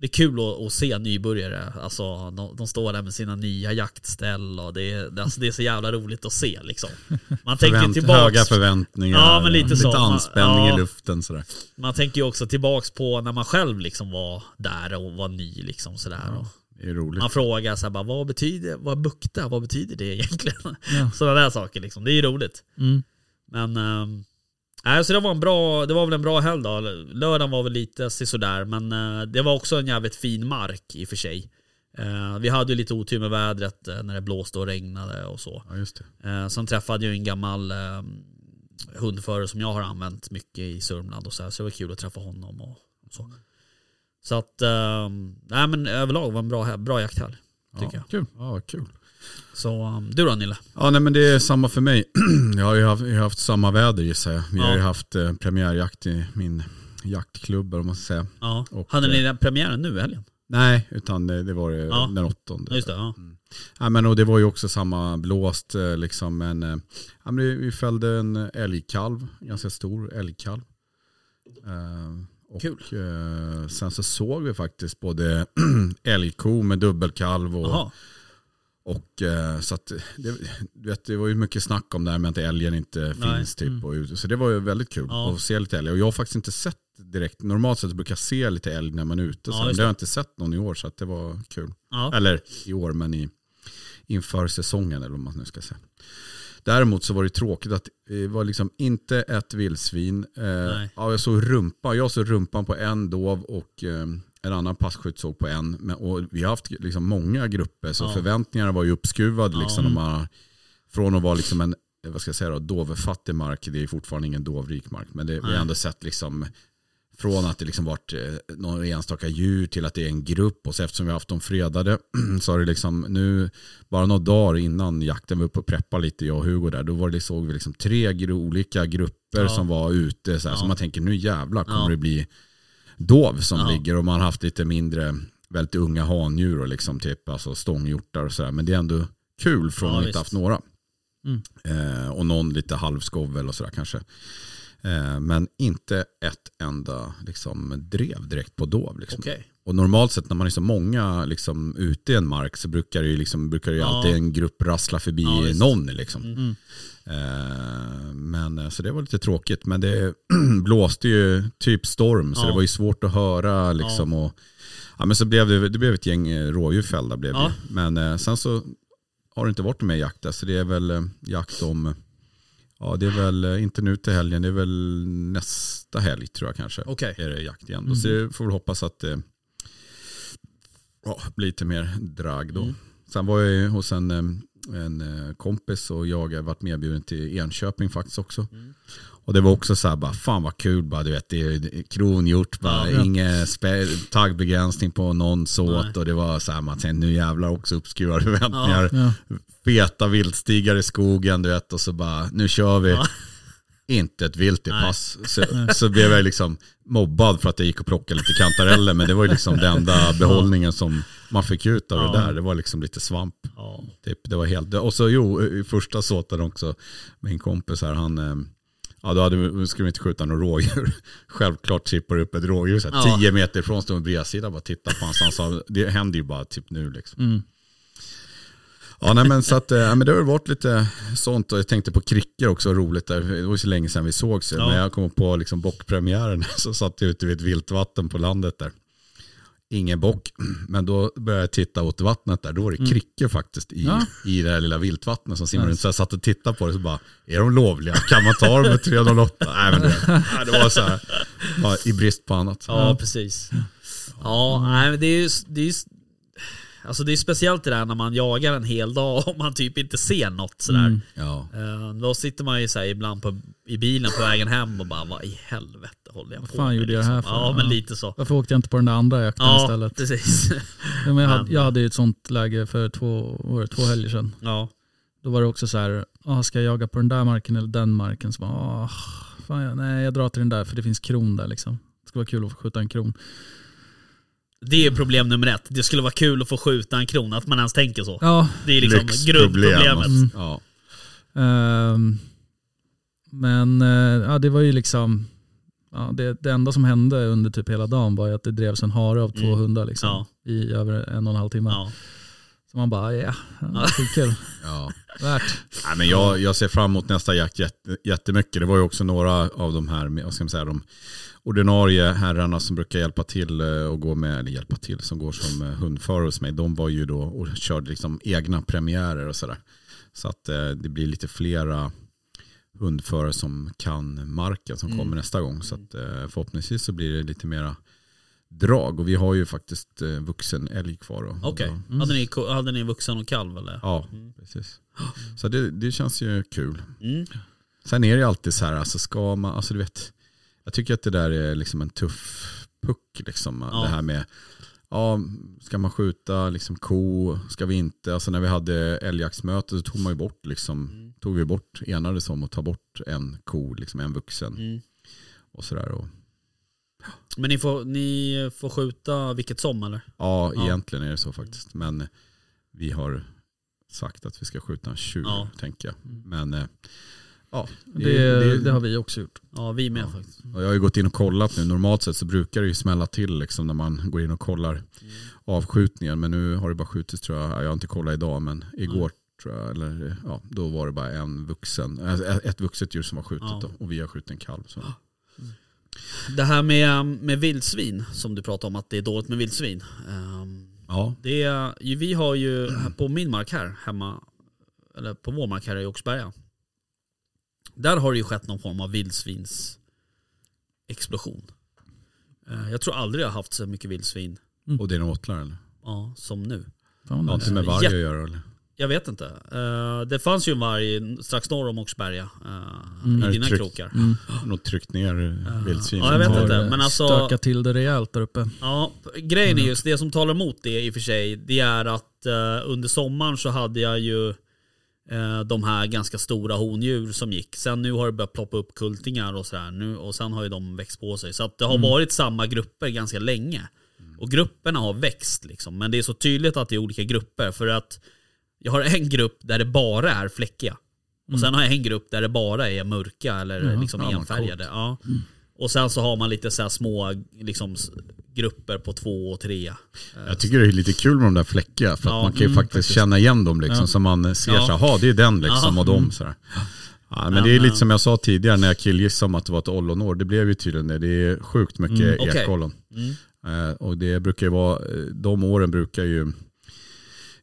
Det är kul att, att se nybörjare, alltså de, de står där med sina nya jaktställ och det, är- det, alltså, det är så jävla roligt att se liksom. Man tänker ju
Förvänt,
tillbaks
höga förväntningar.
Ja, men lite så.
anspänning
Ja.
i luften sådär.
Man tänker ju också tillbaks på när man själv liksom var där och var ny liksom sådär. Och
Det är roligt.
man frågar så här, bara, vad betyder, vad bukta, vad betyder det egentligen? Sådana där saker liksom, det är ju roligt.
Mm.
Men, ehm, nej, så det var, en bra, det var väl en bra helg då. Lördagen var väl lite sådär, men eh, det var också en jävligt fin mark i och för sig. Eh, vi hade ju lite otur med vädret eh, när det blåste och regnade och så.
Ja, just det.
Eh, sen träffade jag en gammal eh, hundförare som jag har använt mycket i Sörmland och så här, så det var kul att träffa honom och, och så. Så att, eh, nej men överlag var en bra, bra jakthelg. Tycker
ja,
jag.
Kul. Ja, vad kul.
Så eh, du då Nille?
Ja, nej, men det är samma för mig. Jag har ju haft, jag har haft samma väder gissar jag. Vi har ju
Ja.
haft eh, premiärjakt i min jaktklubb, eller vad man ska säga.
Ja.
Och,
Hade ni den premiären nu i helgen?
Nej, utan det, det var det,
Ja.
den åttonde.
Ja, mm. Just det, ja.
Ja, men, och det var ju också samma blåst. eh, Liksom, men, eh, ja, men det- vi fällde en älgkalv, en ganska stor älgkalv. Eh, och,
Kul.
eh, sen så såg vi faktiskt både älgko med dubbelkalv och,
Jaha.
och eh, så att det, du vet, det var ju mycket snack om det här med att älgen inte
Nej. Mm.
finns. Typ, och, ut- så det var ju väldigt kul
Ja.
att se lite älg. Och jag har faktiskt inte sett direkt, normalt sett brukar jag se lite älg när man är ute.
Ja,
så, men
just
det har jag inte sett någon i år så att det var kul.
Ja.
Eller i år, men i, inför säsongen eller vad man nu ska säga. Däremot så var det tråkigt att det var liksom inte ett vildsvin. Eh,
Nej.
ja, jag, såg rumpa, jag såg rumpan på en dov och eh, en annan passkytt såg på en. Men, och vi har haft liksom många grupper så
Ja.
förväntningarna var ju uppskruvade.
Ja.
Liksom, de här, från att vara liksom en eh, vad ska jag säga då, dovfattig mark, det är fortfarande ingen dovrik mark, men det, vi har
Nej.
ändå sett liksom från att det liksom varit eh, någon enstaka djur till att det är en grupp och så eftersom vi har haft dem fredade så har det liksom nu bara några dagar innan jakten var uppe och preppade lite jag och Hugo där då var det, såg vi liksom tre gru- olika grupper
Ja.
som var ute så här, så
Ja.
man tänker nu jävlar kommer
Ja.
det bli dov som
Ja.
ligger och man har haft lite mindre väldigt unga handjur och liksom typ alltså stånghjortar och sådär men det är ändå kul från
Ja,
att
visst.
inte haft några.
Mm.
Eh, och någon lite halvskovel och sådär kanske. Eh, men inte ett enda liksom, drev direkt på dov. Liksom.
Okej.
Och normalt sett när man är så många liksom, ute i en mark så brukar det ju, liksom, brukar det ju
Ja.
alltid en grupp rassla förbi
Ja, visst.
någon. Liksom.
Mm.
Eh, men, eh, så det var lite tråkigt. Men det blåste ju typ storm så
Ja.
det var ju svårt att höra. Liksom, och, ja, men så blev det, det blev ett gäng eh, rådjur fällda. Blev
Ja.
det. Men eh, sen så har det inte varit mer jakt där, så det är väl eh, jakt om, ja det är väl eh, inte nu till helgen, det är väl nästa helg tror jag kanske.
Okej. Mm.
Är det jakt igen. Då. Så vi får väl hoppas att det ja, blir lite mer drag
Mm.
då. Sen var jag ju hos en, eh, en eh, kompis och jag har varit medbjuden till Enköping faktiskt också.
Mm.
Och det var också så här, bara, fan vad kul, bara, du vet, det är det är kronhjort, bara,
Ja.
ingen spä- taggbegränsning på någon såt
Nej.
och det var så här, man tänkte nu jävlar också uppskruvade förväntningar.
Ja.
Feta viltstigar i skogen, du vet, och så bara, nu kör vi.
Ja.
Inte ett vilt i
Nej.
pass. Så, så blev jag liksom mobbad för att jag gick och plockade lite kantareller, men det var ju liksom den enda behållningen som man fick ut av det
Ja.
där. Det var liksom lite svamp.
Ja.
Typ, det var helt Och så jo, i första såten också, min kompis här, han, eh, ja då hade, vi- skulle vi inte skjuta några rådjur. Självklart sippar det upp ett rådjur, så här,
Ja.
10 meter ifrån stod en bredsida bara titta på hans. Han sa, det händer ju bara typ nu liksom.
Mm.
Ja, nej, men så att, eh, ja, men det har ju varit lite sånt och jag tänkte på krickor också, roligt där. Det var ju så länge sedan vi sågs.
Ja.
Men jag kom på liksom bockpremiären, så satt jag ute vid ett viltvatten på landet där. Ingen bock, men då började jag titta åt vattnet där. Då var det
Mm.
krickor faktiskt i,
Ja.
i det här lilla viltvattnet som simmar
Nice.
runt. Så jag satt och tittade på det så bara, är de lovliga? Kan man ta dem med 308? Nej, men det, nej, det var så här, bara, i brist på annat.
Ja, precis. Ja, nej, men det är ju... Det är ju Alltså det är speciellt det där när man jagar en hel dag och man typ inte ser något sådär.
Ja.
Eh, Då sitter man ju så här ibland på, i bilen på vägen hem och bara vad i helvete håller jag på
fan
med?"
gjorde jag
liksom.
här för?
Ja men
Ja.
lite så.
Varför åkte jag inte på den där andra jakten
Ja
istället?
precis.
Ja, men jag,
Men-
hade, jag hade ju ett sånt läge för två, var det två helger sedan.
Ja.
Då var det också så här, ah, ska jag jaga på den där marken eller den marken? Så bara, ah, fan, jag, nej jag drar till den där för det finns kron där liksom. Det skulle vara kul att få skjuta en kron.
Det är problem nummer ett. Det skulle vara kul att få skjuta en krona, att man ens tänker så.
Ja,
Det är liksom grundproblemet.
Mm.
Ja.
ehm, men eh, ja, det var ju liksom, ja, det, det enda som hände under typ hela dagen var ju att det drevs en hare av två
Mm.
hundar liksom,
Ja.
i över en och en halv timme.
Ja.
Så man bara, ja, skitkul.
Ja.
Värt.
Nej, men jag, jag ser fram emot nästa jakt jätte, jättemycket. Det var ju också några av de här med- vad ska man säga, de ordinarie herrarna som brukar hjälpa till eh, och gå med, eller hjälpa till, som går som eh, hundförare hos mig. De var ju då och körde liksom egna premiärer och sådär. Så att eh, det blir lite flera hundförare som kan marken som kommer nästa gång. Så att, eh, förhoppningsvis så blir det lite mera drag. Och vi har ju faktiskt eh, vuxen älg kvar. då. Mm. Och
Okej, Alltså,
då-
Mm.
hade, ni, ko- hade ni vuxen och kalv eller?
Ja, precis. Så det, det känns ju kul.
Mm.
Sen är det ju alltid så här, alltså ska man, alltså du vet, jag tycker att det där är liksom en tuff puck liksom.
Ja.
Det här med, ja, ska man skjuta liksom ko, ska vi inte? Alltså när vi hade älgjaktsmöte så tog man ju bort liksom,
Mm.
tog vi bort, enades om att ta bort en ko, liksom en vuxen
Mm.
och sådär. Och,
Men ni får, ni får skjuta vilket som eller?
ja,
Ja.
egentligen är det så faktiskt, men vi har sagt att vi ska skjuta en tjur,
Ja. Mm.
tänker jag. Men eh, ja,
Det, det, har vi också gjort.
Ja vi med
Ja.
faktiskt.
Och jag har ju gått in och kollat nu. Normalt sett så brukar det ju smälla till liksom när man går in och kollar
Mm.
avskjutningen. Men nu har det bara skjutits tror jag, jag har inte kollat idag men igår tror jag, eller ja, då var det bara en vuxen, äh, ett vuxet djur som var skjutet
Ja.
då, och vi har skjutit en kalv. Så.
Det här med, med vildsvin som du pratade om att det är dåligt med vildsvin. Ehm,
Ja,
Det är, ju- vi har ju här på min mark här hemma, eller på vår mark här i Oxberga. Där har det ju skett någon form av vildsvins explosion. Eh, Jag tror aldrig jag har haft så mycket vildsvin
och det är en åtlar eller?
ja, som nu.
Fan,
Har inte
nice.
med varg
Ja.
att göra eller?
Jag vet inte. Eh, Det fanns ju en varg strax norr om Oxberga eh,
Mm.
i
Är det
dina
tryck-
krokar.
Mm.
Något tryckt ner eh, vildsvin?
Ja, jag vet
Har-
inte.
Har eh,
men alltså-
Stökat till det rejält där uppe.
Ja,
Mm.
grejen är just det som talar emot det i och för sig. Det är att eh, under sommaren så hade jag ju eh, de här ganska stora hondjur som gick. Sen nu har det börjat ploppa upp kultingar och sådär. Nu, och sen har ju de växt på sig. Så att det har
Mm.
varit samma grupper ganska länge. Och grupperna har växt liksom. Men det är så tydligt att det är olika grupper. För att jag har en grupp där det bara är fläckiga. Och sen har jag en grupp där det bara är mörka eller liksom
Mm. ja, men Mm.
enfärgade. Ja. Och sen så har man lite så här små liksom, s- grupper på två och tre.
Jag tycker det är lite kul med de där fläckiga för att
Ja,
man kan ju
mm,
faktiskt, känna igen dem liksom så man ser
Ja.
så här, "Ha, det är den liksom
Ja. Mm.
och de sådär. Ja, men, det är lite som jag sa tidigare när jag killgissade om att det var ett ollonår. Det blev ju tydligen det. Det är sjukt mycket
Mm, okej.
ekollon. Eh, och det brukar ju vara, eh, de åren brukar ju,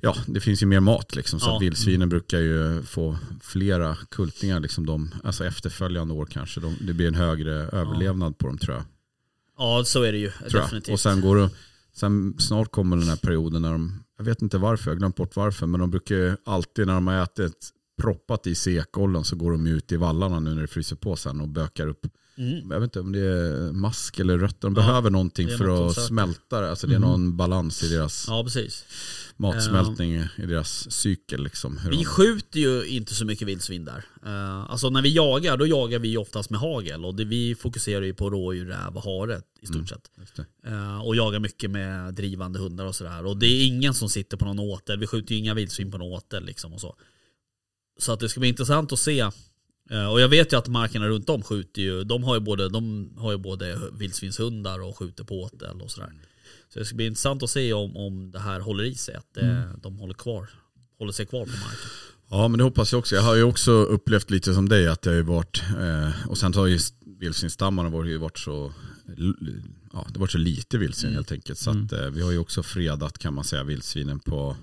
ja det finns ju mer mat liksom. Så
Ja.
att vildsvinen brukar ju få flera kultingar liksom de, alltså efterföljande år kanske. De, det blir en högre överlevnad på dem tror jag
Ja, så är det ju.
tror
definitivt.
jag. Och sen går det, sen snart kommer den här perioden när de, jag vet inte varför, jag har glömt bort varför, men de brukar ju alltid när de har ätit proppat i sig ekollen så går de ju ut i vallarna nu när det fryser på sen och bökar upp.
Mm.
Jag vet inte om det är mask eller rötter, de
Ja,
behöver någonting
det är
för
något de
att
söker. Mm.
smälta det. Alltså det är någon balans i deras
Ja, precis.
matsmältning, i deras cykel liksom. Hur
Vi
de,
skjuter ju inte så mycket vildsvin där. Eh, alltså när vi jagar, då jagar vi ju oftast med hagel. Och det, vi fokuserar ju på rådjur, räv och hare i stort sett.
Just det.
Eh, och jagar mycket med drivande hundar och sådär. Och det är ingen som sitter på någon åtel. Vi skjuter ju inga vildsvin på någon åtel liksom och så. Så att det ska bli intressant att se. Eh, och jag vet ju att markerna runt om skjuter ju. De har ju både, de har ju både vildsvinshundar och skjuter på åtel och sådär. Så det ska bli intressant att se om, om det här håller i sig. Att det, de håller, kvar, håller sig kvar på marken.
Ja men det hoppas jag också. Jag har ju också upplevt lite som dig att det har ju varit, eh, och sen har ju vildsvinsstammarna varit- ju varit så, l- ja, det har varit så lite vildsvin helt enkelt. Så att, eh, vi har ju också fredat kan man säga vildsvinen på,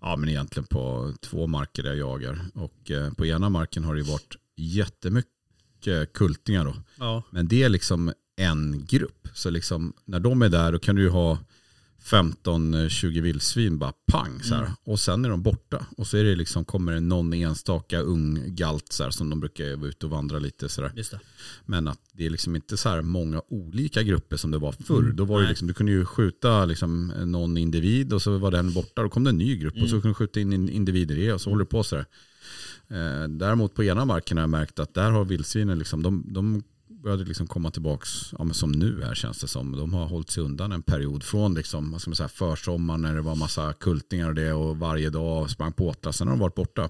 ja men egentligen på två marker där jag jagar. Och eh, på ena marken har det ju varit jättemycket kultingar då.
Ja.
Men det är liksom en grupp. Så liksom, när de är där då kan du ju ha 15-20 vildsvin bara pang så här. Och sen är de borta. Och så är det liksom, kommer det någon enstaka ung galt så här, som de brukar vara ute och vandra lite så där.
Just det.
Men att det är liksom inte så här många olika grupper som det var förr. Då var det
Nej.
liksom, du kunde ju skjuta liksom någon individ och så var den borta. Då kom det en ny grupp och så kunde du skjuta in in- individer i det och så håller du på så där. Eh, däremot på ena marken har jag märkt att där har vildsvinen, liksom, de, de började liksom komma tillbaka, ja, men som nu här känns det som. De har hållit sig undan en period från liksom, vad ska man säga, försommaren när det var massa kultingar och det och varje dag sprang på åtlar. Sen har de varit borta.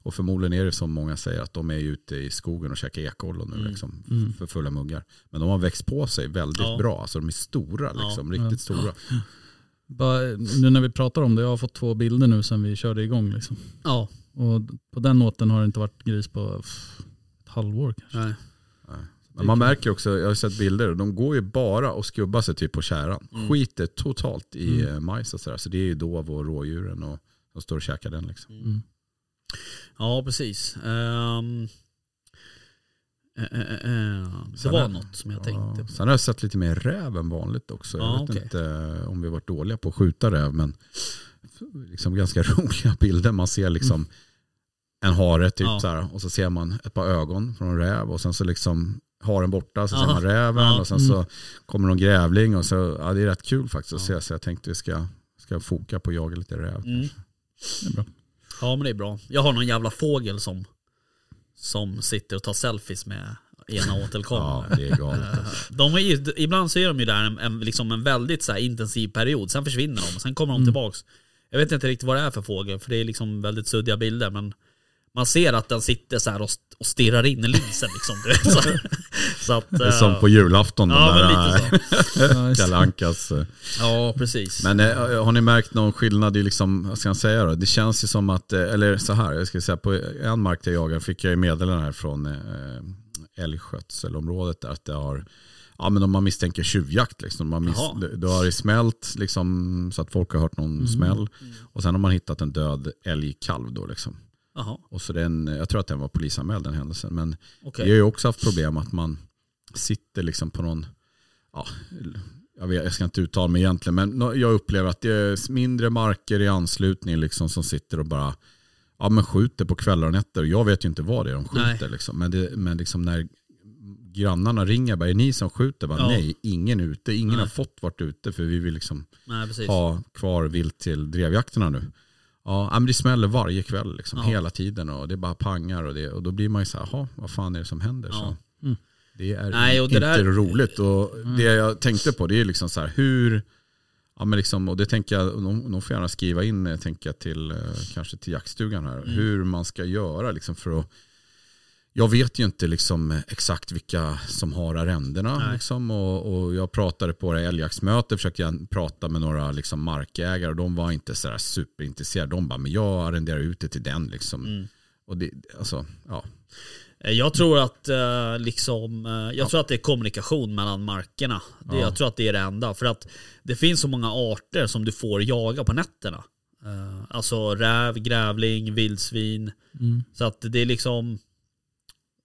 Och förmodligen är det som många säger att de är ute i skogen och käkar ekollon nu
Mm.
liksom,
Mm.
för fulla muggar. Men de har växt på sig väldigt
Ja.
bra, alltså de är stora
Ja.
liksom, riktigt stora.
Bara, nu när vi pratar om det, jag har fått två bilder nu sedan vi körde igång. Liksom.
Ja,
Och på den noten har det inte varit gris på pff, ett halvår kanske.
nej.
Men man märker också, jag har ju sett bilder, de går ju bara och skubbar sig typ på käran.
Mm.
Skiter totalt i
Mm.
mm. majs och sådär. Så det är ju dov och rådjuren och de står och käkar den liksom.
Mm.
ja precis. Ehm, eh, eh, eh. Det
Sen
var
är-
något som jag tänkte på.
Sen har jag sett lite mer räv än vanligt också. Jag
Ja,
vet
okej.
inte om vi har varit dåliga på att skjuta räv, men liksom ganska roliga bilder. Man ser liksom en hare typ
Ja.
så här, och så ser man ett par ögon från en räv och sen så liksom haren borta, så
Ja.
ser man räven
Ja. mm.
och sen så kommer någon grävling och så, ja det är rätt kul faktiskt att se. Så jag tänkte vi ska, ska foka på att jaga lite räv.
Mm.
är bra.
Ja men det är bra. Jag har någon jävla fågel som, som sitter och tar selfies med ena
Ja,
åtelkameran.
det är galet.
De är ju, ibland så är de ju där en, en, liksom en väldigt så här intensiv period, sen försvinner de och sen kommer de
Mm.
tillbaks. Jag vet inte riktigt vad det är för fågel, för det är liksom väldigt suddiga bilder men man ser att den sitter så här och, st- och stirrar in i linsen liksom. Du vet, så, här. så att, eh,
Det är som på julafton,
Ja,
de
men
där
lite så.
Ja, just det.
Kalle Ankas... eh,
Ja, precis.
Men eh, har ni märkt någon skillnad i liksom, vad ska jag säga då? Det känns ju som att, eh, eller så här, jag ska säga på en mark där jag jagar fick jag ju meddelanden här från eh, älgskötselområdet där att det har Ja men om man misstänker tjuvjakt liksom. Man miss,
Jaha.
det- då har det smällt liksom, så att folk har hört någon smäll. Och sen har man hittat en död älgkalv då liksom.
Jaha,
Och så den, jag tror att den var polisanmäld den händelsen. Men
okej.
vi har ju också haft problem att man sitter liksom på någon, ja, jag, vet, jag ska inte uttala mig egentligen, men nå- jag upplever att det är mindre marker i anslutning liksom som sitter och bara ja, men skjuter på kvällar och nätter. Och jag vet ju inte vad det är de skjuter. Liksom. Men, det, men liksom när grannarna ringer, bara, är ni som skjuter? Bara,
Ja.
Nej, ingen är ute. Ingen
Nej.
har fått vart ute för vi vill liksom
Nej, precis.
ha kvar vilt till drevjakterna nu. Ja, ja, men det smäller varje kväll liksom,
Ja.
hela tiden och det bara pangar och, det, och då blir man ju så här, "Jaha, vad fan är det som händer?
Ja.
Så, det är
Nej, och det
inte
där- Mm.
roligt och det jag tänkte på det är liksom så här hur, ja men liksom, och det tänker jag, och de, de får gärna skriva in eh, tänker jag till, eh, kanske till jaktstugan här,
Mm.
hur man ska göra liksom för att jag vet ju inte liksom exakt vilka som har arrenderna.
Nej.
Liksom, och, och jag pratade på våra älgjaktsmöte, försökte jag prata med några liksom markägare och de var inte så där superintresserade. De bara, men jag arrenderar ut det till den. Liksom.
Mm.
Och det, alltså, ja.
Eh, Jag tror att eh, liksom, eh, jag tror att det är kommunikation mellan markerna. Det, Jag tror att det är det enda. För att det finns så många arter som du får jaga på nätterna. Eh, alltså räv, grävling, vildsvin.
Mm.
Så att det är liksom,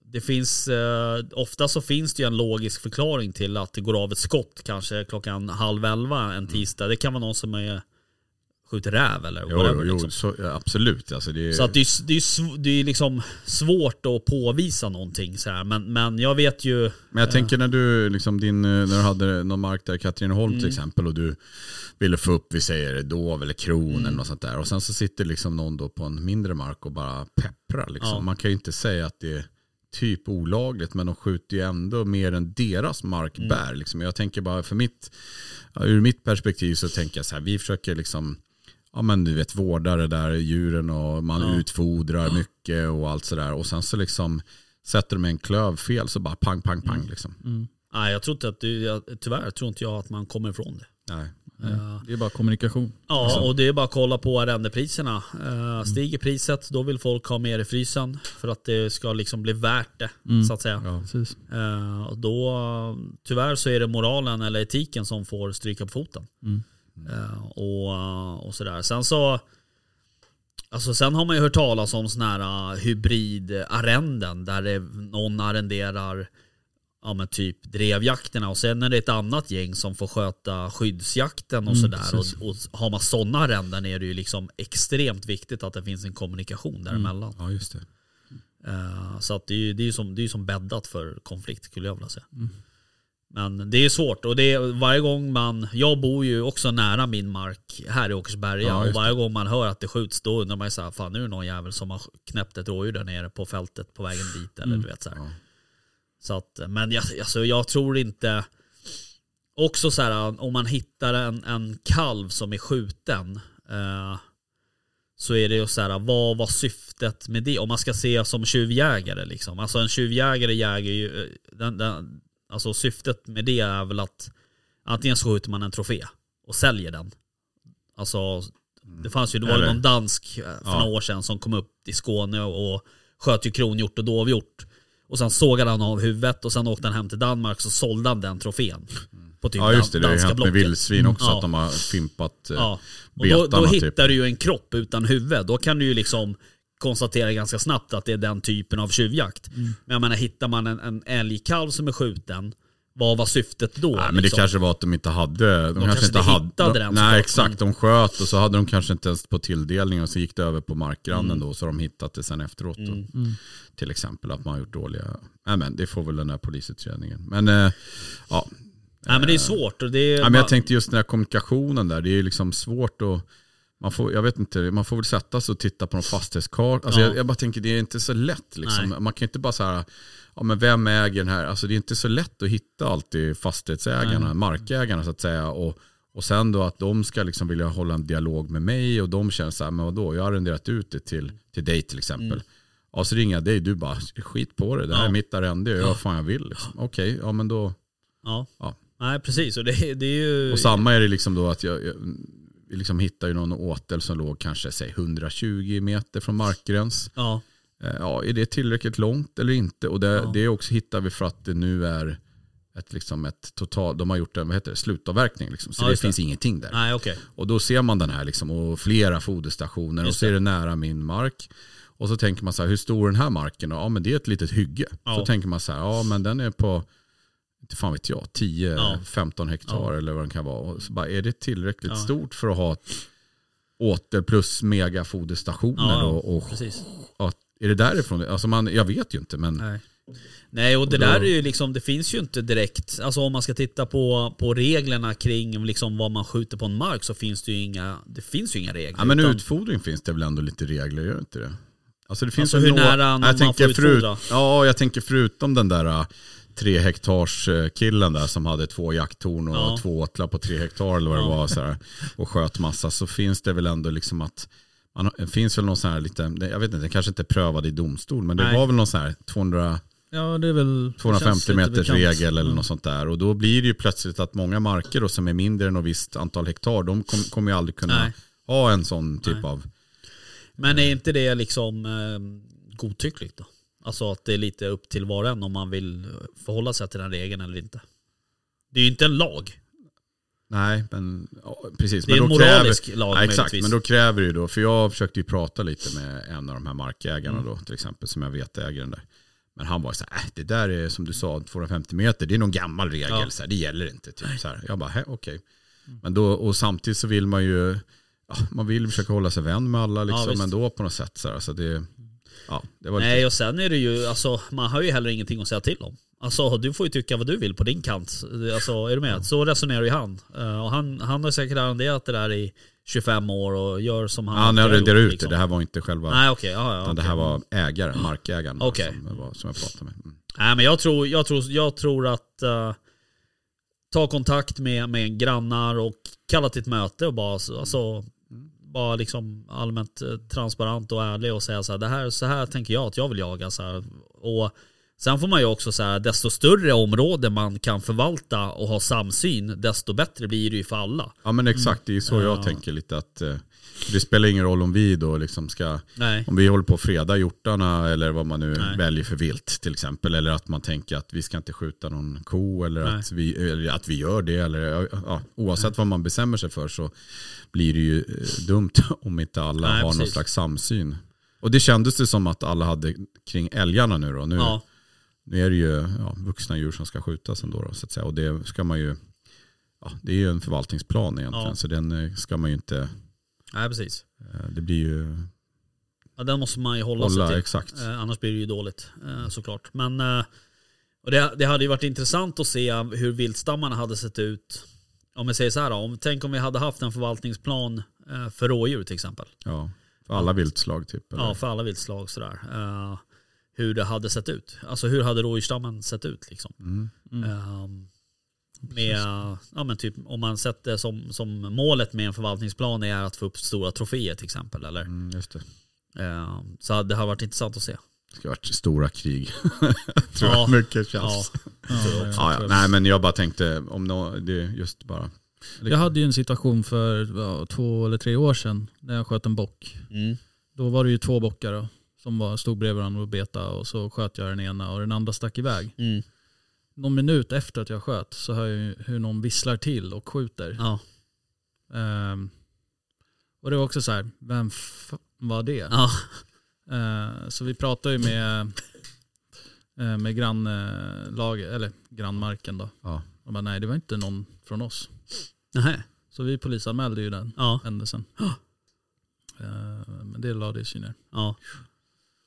det finns, eh, ofta så finns det ju en logisk förklaring till att det går av ett skott kanske klockan halv elva en tisdag. Det kan vara någon som är, skjuter räv eller
Mm. Jo,
whatever,
jo,
liksom.
jo så, ja, absolut. Alltså, det,
Så att det, är, det, är, sv- det är liksom svårt att påvisa någonting så här. Men, men jag vet ju...
Men jag tänker när du, liksom din, eh, när du hade någon mark där i Katrineholm till exempel och du ville få upp, vi säger dov eller kron eller något sånt där. Och sen så sitter liksom någon då på en mindre mark och bara pepprar liksom.
Ja.
Man kan ju inte säga att det är typ olagligt men de skjuter ju ändå mer än deras mark bär. Liksom. Jag tänker bara för mitt, ja, ur mitt perspektiv så tänker jag så här, vi försöker liksom Ja men du vet vårda det där djuren och man utfodrar mycket och allt sådär. Och sen så liksom sätter de en klöv fel så bara pang, pang,
Mm.
pang liksom.
Nej, jag tror inte att du... Jag, tyvärr tror inte jag att man kommer ifrån det.
Nej.
Eh,
Det är bara kommunikation.
Ja, och det är bara att kolla på arrendepriserna. Eh, Stiger priset, då vill folk ha mer i frysen för att det ska liksom bli värt det, så att säga.
Precis.
Eh, och då, tyvärr så är det moralen eller etiken som får stryka på foten. Eh, och, och sådär. Sen så Alltså sen har man ju hört talas om sådana här eh, hybridarrenden där det, någon arrenderar ja, men typ drevjakterna och sen är det ett annat gäng som får sköta skyddsjakten och sådär. Och, och har man sådana arrenden är det ju liksom extremt viktigt att det finns en kommunikation däremellan.
Ja just det.
Eh, Så att det är ju det är ju som, det är ju som bäddat för konflikt skulle jag vilja säga.
Mm.
Men det är svårt och det är, varje gång man, jag bor ju också nära min mark här i Åkersberga
Ja,
och
just
varje gång man hör att det skjuts då undrar man ju såhär, fan nu är det någon jävel som har knäppt ett rådjur där nere på fältet på vägen dit eller du vet så här.
Mm. Ja.
Så att, men jag, alltså, jag tror inte, också så här om man hittar en, en kalv som är skjuten eh, så är det ju så här, vad var syftet med det? Om man ska se som tjuvjägare liksom. Alltså en tjuvjägare jäger ju, eh, den, den, alltså syftet med det är väl att antingen så skjuter man en trofé och säljer den. Alltså det fanns ju, det var ju
Eller-
någon dansk eh, för
Ja.
några år sedan som kom upp i Skåne och, och sköt ju kronhjort och dovhjort. Och sen sågade han av huvudet och sen åkte han hem till Danmark så sålde han den trofén. På typ
Ja just det, det har ju
danska
hänt med
blocket. Mm.
vildsvin också
Ja.
att de har fimpat eh,
Ja. Och då, då
betarna
hittar
typ.
du ju en kropp utan huvud. Då kan du ju liksom konstatera ganska snabbt att det är den typen av tjuvjakt.
Mm.
Men jag menar, hittar man en, en älgkalv som är skjuten, vad var syftet då?
Nej, men det
liksom?
kanske var att de inte hade... De,
kanske
kanske inte
inte
hade,
hittade
de,
den Mm. såklart,
Nej
men-
exakt, de sköt och så hade de kanske inte ens på tilldelning och så gick det över på markgrannen
Mm.
då så har de hittat det sen efteråt. Och, Till exempel att man har gjort dåliga... Nej men det får väl den här polisutredningen. Men eh, ja,
Nej men det är svårt. Och det är,
Ja, men jag tänkte just den här kommunikationen där, det är ju liksom svårt att man får, jag vet inte, man får väl sätta sig och titta på en fastighetskarta. Alltså
Ja.
jag, jag bara tänker, det är inte så lätt. Liksom.
Nej.
Man kan ju inte bara så här, ja, men vem äger den här? Alltså det är inte så lätt att hitta alltid fastighetsägarna, markägarna så att säga. Och, och sen då att de ska liksom vilja hålla en dialog med mig och de känner så här, men vadå, jag har arrenderat ut det till, till dig till exempel. Ja, så ringer jag dig, du bara, skit på det, det här
Mm. Ja.
är mitt arrende, jag gör vad fan jag vill. Liksom. Okej, ja men då,
ja.
ja.
Nej precis, och det, det är ju...
och samma är det liksom då att jag, jag vi liksom hittar ju någon åtel som låg kanske säg 120 meter från markgräns.
ja.
Eh, Ja, är det tillräckligt långt eller inte? Och det, det också hittar vi för att det nu är ett, liksom ett total, de har gjort en vad heter det, slutavverkning. Liksom, så
Ja,
det
just det.
finns ingenting där.
Nej okej.
Och då ser man den här liksom, och flera foderstationer och
Just
så är det nära min mark. Och så tänker man så här, hur stor är den här marken? då? Ja men det är ett litet hygge.
Ja.
Så tänker man så här, ja men den är på, inte fan vet jag, 10-15 hektar eller vad den kan vara. Och så bara, är det tillräckligt stort för att ha ett åtel plus megafoderstationer?
Ja, ja,
och, och,
Precis.
ja, är det därifrån? Alltså man, jag vet ju inte men
Nej. Nej och det
då-
där är ju liksom, det finns ju inte direkt, alltså om man ska titta på, på reglerna kring liksom vad man skjuter på en mark så finns det ju inga, det finns ju inga regler.
Ja, men
utan-
utfodring finns det väl ändå lite regler, gör det inte det? Alltså det finns
Alltså,
väl
hur
nå-
nära man
jag tänker
får utfodra?
Ja, jag tänker förutom den där äh, tre hektars äh, killen där som hade två jakttorn och
Ja.
två åtlar på tre hektar eller vad det var så här, och sköt massa så finns det väl ändå liksom att man, har- det finns väl någon sån här lite, jag vet inte, den kanske inte prövade i domstol men det
Nej.
var väl någon sån här 200
Ja, det är väl... det känns
250
lite
meters
bekant.
regel
Mm.
eller något sånt där. Och då blir det ju plötsligt att många marker då, som är mindre än ett visst antal hektar, de kom- kommer ju aldrig kunna
Nej.
ha en sån typ av...
Men är inte det liksom eh, godtyckligt då? Alltså att det är lite upp till var och en om man vill förhålla sig till den regeln eller inte. Det är ju inte en lag.
Nej, men ja, precis.
Det är
men
en
då
moralisk
kräver,
lag
ja, Exakt,
möjligtvis.
men då kräver det ju då, för jag försökte ju prata lite med en av de här markägarna då till exempel, som jag vet äger den där. Men han var så här, äh, det där är som du sa, 250 meter, det är någon gammal regel,
Ja.
så här, det gäller inte. Typ, så här. Jag bara, hä, okej. Men då, och samtidigt så vill man ju, ja, man vill försöka hålla sig vän med alla liksom,
visst.
men då på något sätt så här, så det, ja, det var
Nej
lite,
och sen är det ju, alltså man har ju heller ingenting att säga till om. Alltså du får ju tycka vad du vill på din kant. Alltså är du med? Så resonerar ju han. Eh, och han, han har säkert arrenderat det där i 25 år och gör som han
han
alltid har
arrenderade
gjort,
ut det,
liksom.
det här var inte själva,
Nej okej, ja, ja,
utan det
okej. Mm.
här var ägaren, markägaren då,
Okej.
som, var- som jag pratade med. Mm.
Nej men jag tror, jag tror, jag tror att eh, ta kontakt med, med grannar och kalla till ett möte och bara, så- alltså, bara liksom allmänt eh, transparent och ärlig och säga så här, det här, så här tänker jag att jag vill jaga. Så här. Och sen får man ju också så här, desto större område man kan förvalta och ha samsyn, desto bättre blir det ju för alla.
Ja men exakt, det är så jag tänker lite att eh, det spelar ingen roll om vi då liksom ska,
Nej.
om vi håller på att freda hjortarna eller vad man nu
Nej.
väljer för vilt till exempel. Eller att man tänker att vi ska inte skjuta någon ko eller,
Nej.
att vi, eller att vi gör det. Eller, ja, oavsett vad man bestämmer sig för så blir det ju eh, dumt om inte alla
Nej,
har någon
precis.
slags samsyn. Och det kändes det som att alla hade kring älgarna nu då. Nu,
Ja,
nu är det ju ja, vuxna djur som ska skjutas ändå. Då, så att säga. Och det ska man ju, ja, det är ju en förvaltningsplan egentligen.
Ja.
Så den eh, ska man ju inte,
nej precis.
eh, det blir ju
Ja, den måste man ju hålla, sig
hålla
till.
exakt.
Eh, annars blir det ju dåligt eh, såklart. Men eh, och det, det hade ju varit intressant att se hur viltstammarna hade sett ut. Om vi säger så här då, om, tänk om vi hade haft en förvaltningsplan eh, för rådjur till exempel.
Ja, för alla viltslag typ. Eller?
Ja, för alla viltslag sådär. Eh, hur det hade sett ut. Alltså hur hade rådjursstammen sett ut liksom.
Mm.
Ehm, Med, ja, men typ, om man sätter som, som målet med en förvaltningsplan är att få upp stora troféer till exempel. Eller?
Mm, just det.
Eh, så det har varit intressant att se.
Det ska ha varit stora krig. Tror jag.
Ja.
Mycket
Ja,
känns. Mm.
Typ,
Ja, ja. Nej men jag bara tänkte, om nå, det är just bara.
Jag hade ju en situation för ja, två eller tre år sedan när jag sköt en bock.
mm.
Då var det ju två bockar då, som var, stod bredvid varandra och beta och så sköt jag den ena och den andra stack iväg.
Mm.
Någon minut efter att jag sköt så hör jag ju hur någon visslar till och skjuter.
ja,
Ehm, och det var också så här, vem f- var det?
ja.
Eh, så vi pratade ju med, eh, med grannlaget, eller grannmarken då.
Ja.
Och bara, nej det var inte någon från oss.
Nähä.
Så vi polisanmälde ju den
ja,
händelsen. Eh, men det lades ju ner.
ja.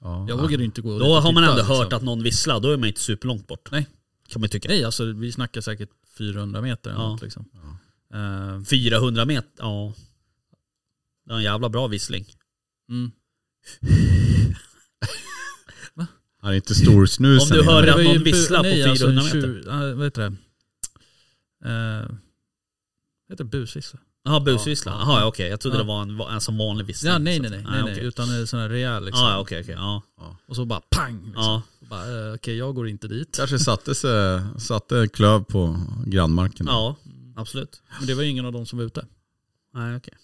Ja,
Jag vågade ju inte gå dit
Då
och
har man
titta,
ändå
liksom.
hört att någon visslar, då är man inte superlångt bort.
Nej.
Kan man tycka.
Nej, alltså vi snackar säkert 400 meter eller
Ja.
något liksom. Eh,
400 meter, ja. Det är en jävla bra vissling.
mm.
Han är inte storsnusen.
Om du hör
innan.
det-
var
någon
ju-
visslar på
nej, alltså,
400
tju- ja, vad heter det? Eh, heter det busvissla?
Jaha, busvissla.
Ja.
Jaha, ja, okej. Jag trodde
Ja.
det var en, en som vanlig vissling.
Ja, nej
Så
nej
att-
nej. nej, nej
okej.
Utan en sån här rejäl liksom.
Ja, ja, okej, okej. Ja.
Och så bara pang! Liksom.
Ja.
Och bara, eh, Okej, jag går inte dit.
Kanske satte, sig, satte en klöv på grannmarken.
ja, absolut.
Men det var ju ingen av dem som var ute.
Nej, okej.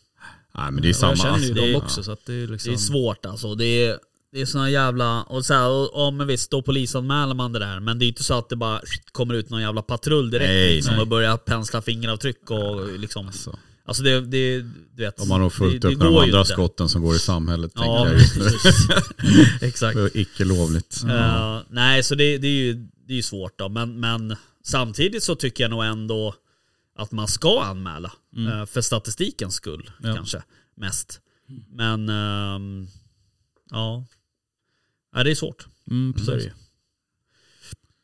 Nej men det är
Och
samma.
jag känner ju
alltså,
dem
det-
också så att det är
Det
liksom...
är svårt alltså. Det är, det är såna jävla... Och så här, och, ja, men visst, då polisanmäler man det där. Men det är inte så att det bara kommer ut någon jävla patrull direkt
Nej,
liksom,
nej.
och börjar pensla fingeravtryck och liksom...
Alltså,
Alltså det, det du vet.
de har nog fullt
det- det
upp med de
går ju
andra
inte.
skotten som går i samhället.
Ja,
Tänker jag Mm. just nu.
precis. Exakt.
Det är Icke lovligt.
Eh, nej, så det, det, är ju, det är ju svårt då. Men, men samtidigt så tycker jag nog ändå att man ska anmäla.
Mm.
eh, för statistikens skull
Ja.
kanske mest. Men ehm, ja. ja, det är svårt.
Mm,
Så är det
precis.
ju.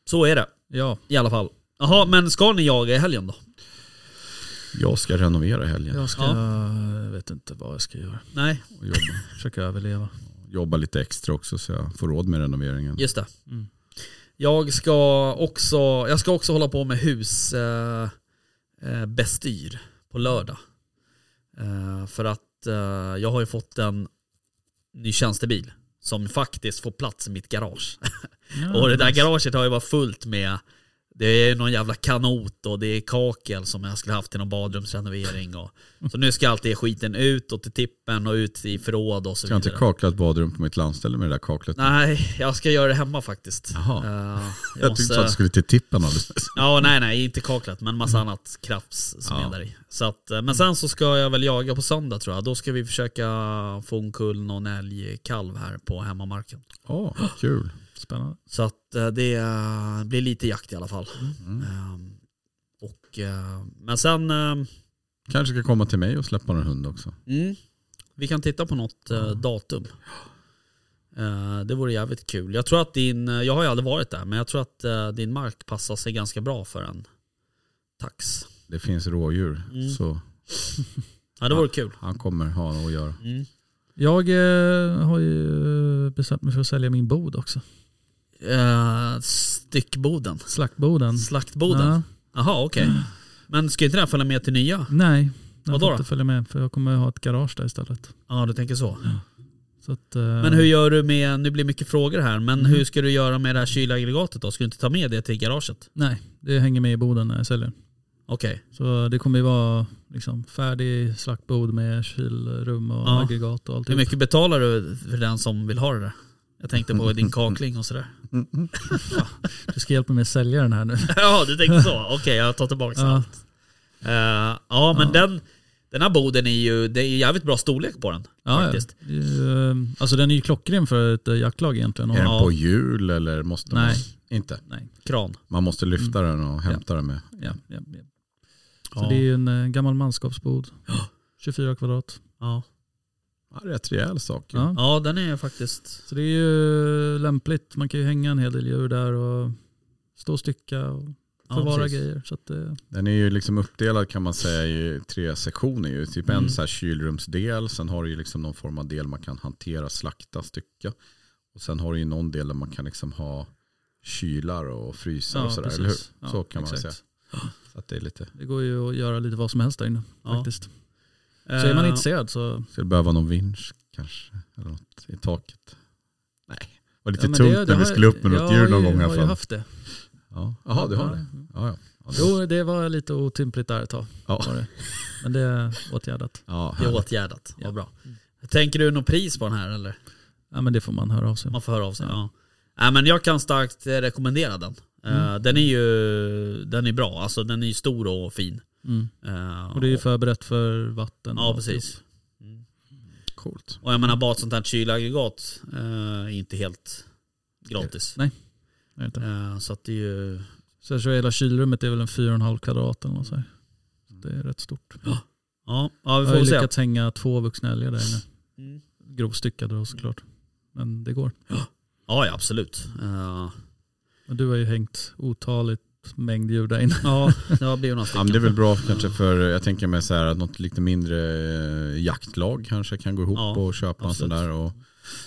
Så är det
Ja,
i alla fall. Jaha, men ska ni jaga i helgen då?
Jag ska renovera i helgen
jag ska... Jag vet inte vad jag ska göra.
Nej,
och jobba,
Försöka överleva.
jobba lite extra också så jag får råd med renoveringen.
just det.
Mm.
Jag ska också, jag ska också hålla på med husbestyr eh, bestyr på lördag. Eh, för att eh, jag har ju fått en ny tjänstebil som faktiskt får plats i mitt garage.
Ja,
Ah,
Och det där garaget har ju varit fullt med det är någon jävla kanot och det är kakel som jag skulle haft till någon badrumsrenovering. Och, så nu ska allt det skiten ut och till tippen och ut i förråd och så
Ska jag inte
vidare.
kakla ett badrum på mitt landställe med det där kaklet?
Nej, jag ska göra det hemma faktiskt.
Jaha.
Eh, jag,
jag
måste...
tyckte så att du skulle till tippen alldeles nyss.
Ja, nej, nej, inte kaklat, men massa annat krafs som
Ja.
är där i. Så att, eh, men sen så ska jag väl jaga på söndag tror jag. Då ska vi försöka få omkull någon älgkalv här på hemmamarken.
Ja, kul.
Spännande.
Så att eh, det eh, blir lite jakt i alla fall.
Mm.
Ehm, och, eh, men sen, eh,
Kanske ska komma till mig och släppa en hund också.
mm, vi kan titta på något eh, datum. Eh, det vore jävligt kul. Jag tror att din, eh, jag har ju aldrig varit där, men jag tror att eh, din mark passar sig ganska bra för en tax.
Det finns rådjur
Mm.
så
Ja, det vore kul.
han kommer ha något att göra.
Mm.
Jag eh, har ju eh, bestämt mig för att sälja min bod också.
Eh, styckboden.
Slaktboden.
Slaktboden?
Ja.
Jaha, okej. Men ska inte den följa med till nya?
Nej, jag
Vadå
får
då?
inte följa med för jag kommer ha ett garage där istället.
Ja, du tänker så.
Så att, eh,
Men hur gör du med, nu blir det mycket frågor här, men hur ska du göra med det här kylaggregatet då? Ska du inte ta med det till garaget?
Nej, det hänger med i boden när jag säljer.
Okej.
Så det kommer ju vara liksom, färdig slaktbod med kylrum och
Ja.
aggregat och
Hur
alltihop.
mycket betalar du för den som vill ha det där? Jag tänkte på din kakling och sådär.
Du ska hjälpa mig att sälja den här nu.
ja, du tänkte så. Okej, jag tar tillbaka
Ja.
allt. Eh, ja, men Den, den här boden är ju, det är ju jävligt bra storlek på den.
Ja,
faktiskt.
Ja. Det är ju, eh, Alltså den är ju klockren för ett eh, jaktlag egentligen. Och,
Är den
ja,
på hjul eller måste
Nej.
man? Inte.
Kran.
Man måste lyfta
Mm.
den och hämta den med.
ja, ja, ja. Så
Ja.
det är ju en eh, gammal manskapsbod. 24 kvadrat.
Ja.
Ja, rätt rejäl sak. ju.
Ja.
ja, den är faktiskt...
Så det är ju lämpligt. Man kan ju hänga en hel del djur där och stå och stycka och
Ja,
förvara
precis.
grejer. Så att eh, det,
Den är ju liksom uppdelad kan man säga i tre sektioner. Ju. Typ
Mm.
en så här kylrumsdel, sen har du ju liksom någon form av del man kan hantera, slakta, stycka. Och sen har du ju någon del där man kan liksom ha kylar och frysar och sådär, eller hur?
precis. Ja,
så kan man
exakt.
säga. Så att det är lite...
Det går ju att göra lite vad som helst där inne
Ja.
faktiskt. Så är man
Eh,
intresserad så...
Ska det behöva någon vinsch kanske? Eller något i taket? Nej. Det var lite
men
tungt
det- det
när vi
har-
skulle upp med något
jag har
djur någon
ju-
gång i
Jag
alla
har ju
fall.
haft det.
Ja. Jaha, du har det? Ja, ja. Ja, det-
Jo, det var lite otympligt där ett tag.
Ja.
Var det. Men det är åtgärdat.
Ja,
Det är
härligt.
Eh, åtgärdat, vad bra. Tänker du något pris på den här eller?
Ja, men det får man höra av sig.
Man får höra av sig. Ja. Nej, men jag kan starkt eh, rekommendera den. Eh,
Mm.
Den är ju den är bra, alltså den är ju stor och fin.
Mm.
Eh,
Och det är ju förberett för vatten.
Ja,
och-
precis.
coolt.
Och jag menar bara ett sånt här kylaggregat eh, är inte helt gratis.
Nej. Jag vet inte.
Eh, så att det är ju...
Så jag tror hela kylrummet är väl en 4,5 kvadrat eller något så här. Det är rätt stort.
Ja, ja vi
Jag har
får
ju
se.
lyckats hänga två vuxna älgar där inne.
Mm.
Grovstyckade då såklart. Men det går.
Ja, ja absolut. Eh,
Men du har ju hängt otaligt mängd djur där inne.
ja, det har blivit några
Ja,
stycken.
men det är väl bra kanske för, jag tänker mig så här att något lite mindre eh, jaktlag kanske kan gå ihop
Ja,
och köpa en sån
absolut.
där och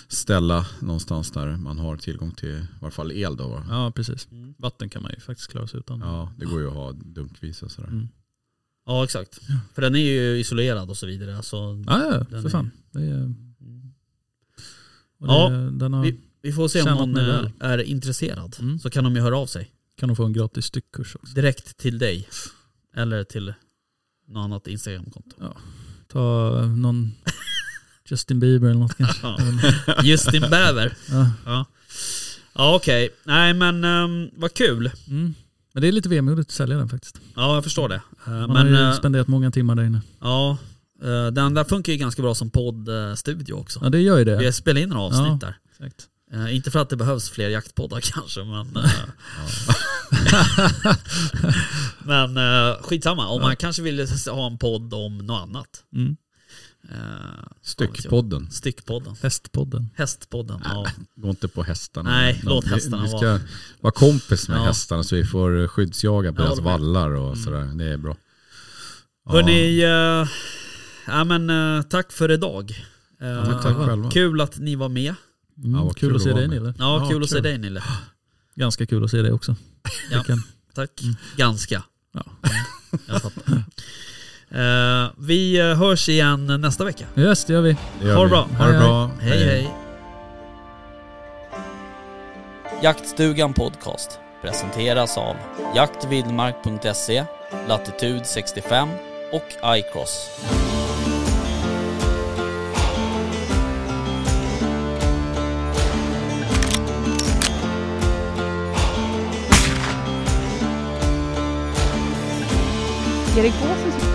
ställa någonstans där man har tillgång till i varje fall el då. Va?
Ja precis.
Mm.
Vatten kan man ju faktiskt klara sig utan.
Ja, det går ju att ha dunkvis och sådär.
Mm.
Ja, exakt. För den är ju isolerad och så vidare. Alltså,
Ja, ja,
Den
för
är-
fan. Det är, och det,
Ja,
den har,
vi får se om
Tjänat
någon
mig
eh,
väl.
är intresserad.
Mm.
Så kan de ju höra av sig.
kan nog få en gratis styckkurs också.
Direkt till dig. Eller till något annat Instagramkonto.
Ta eh, någon Justin Bieber eller något kanske.
Ja. Justin Bäver.
Ja.
Ja, ja okej. Nej men um, vad kul.
Mm. Men det är lite vemodigt att sälja den faktiskt.
Ja jag förstår det. Eh,
Man
men
har ju
eh,
spenderat många timmar där inne.
ja, eh, den där funkar ju ganska bra som poddstudio också.
Ja det gör ju det.
Vi spelar in några avsnitt
Ja.
där.
Exakt.
Eh, inte för att det behövs fler jaktpoddar kanske men... eh, men eh, skitsamma, om man kanske vill ha en podd om något annat.
Mm.
Uh,
Styckpodden.
Styckpodden.
Hästpodden.
Hästpodden. Ja.
Gå inte på hästarna.
Nej,
Men
låt
vi-
hästarna
Vi ska
vara.
vara. kompis med
Ja.
hästarna så vi får skyddsjaga på
Jag
deras
håller med.
vallar och sådär. Det är bra. Ja.
Mm. Hörni, eh, ja, men, eh, tack för idag. Eh,
Ja, men tack själva.
kul att ni var med.
Mm.
Ja,
kul,
vad kul
att se
att vara
dig
med.
Nille.
Ja,
Ja,
kul att se
kul.
dig Nille.
Ganska kul att se dig också.
Ja.
Vilken-
Tack.
Mm.
Ganska.
Ja.
Jag fattar. Eh, vi eh, hörs igen nästa vecka.
Yes det gör vi.
gör
ha det
vi.
bra.
Ha det
Hej,
bra.
Hej hej.
Jaktstugan Podcast presenteras av jaktvildmark.se, Latitude 65 och iCross.
Erik Gåsen som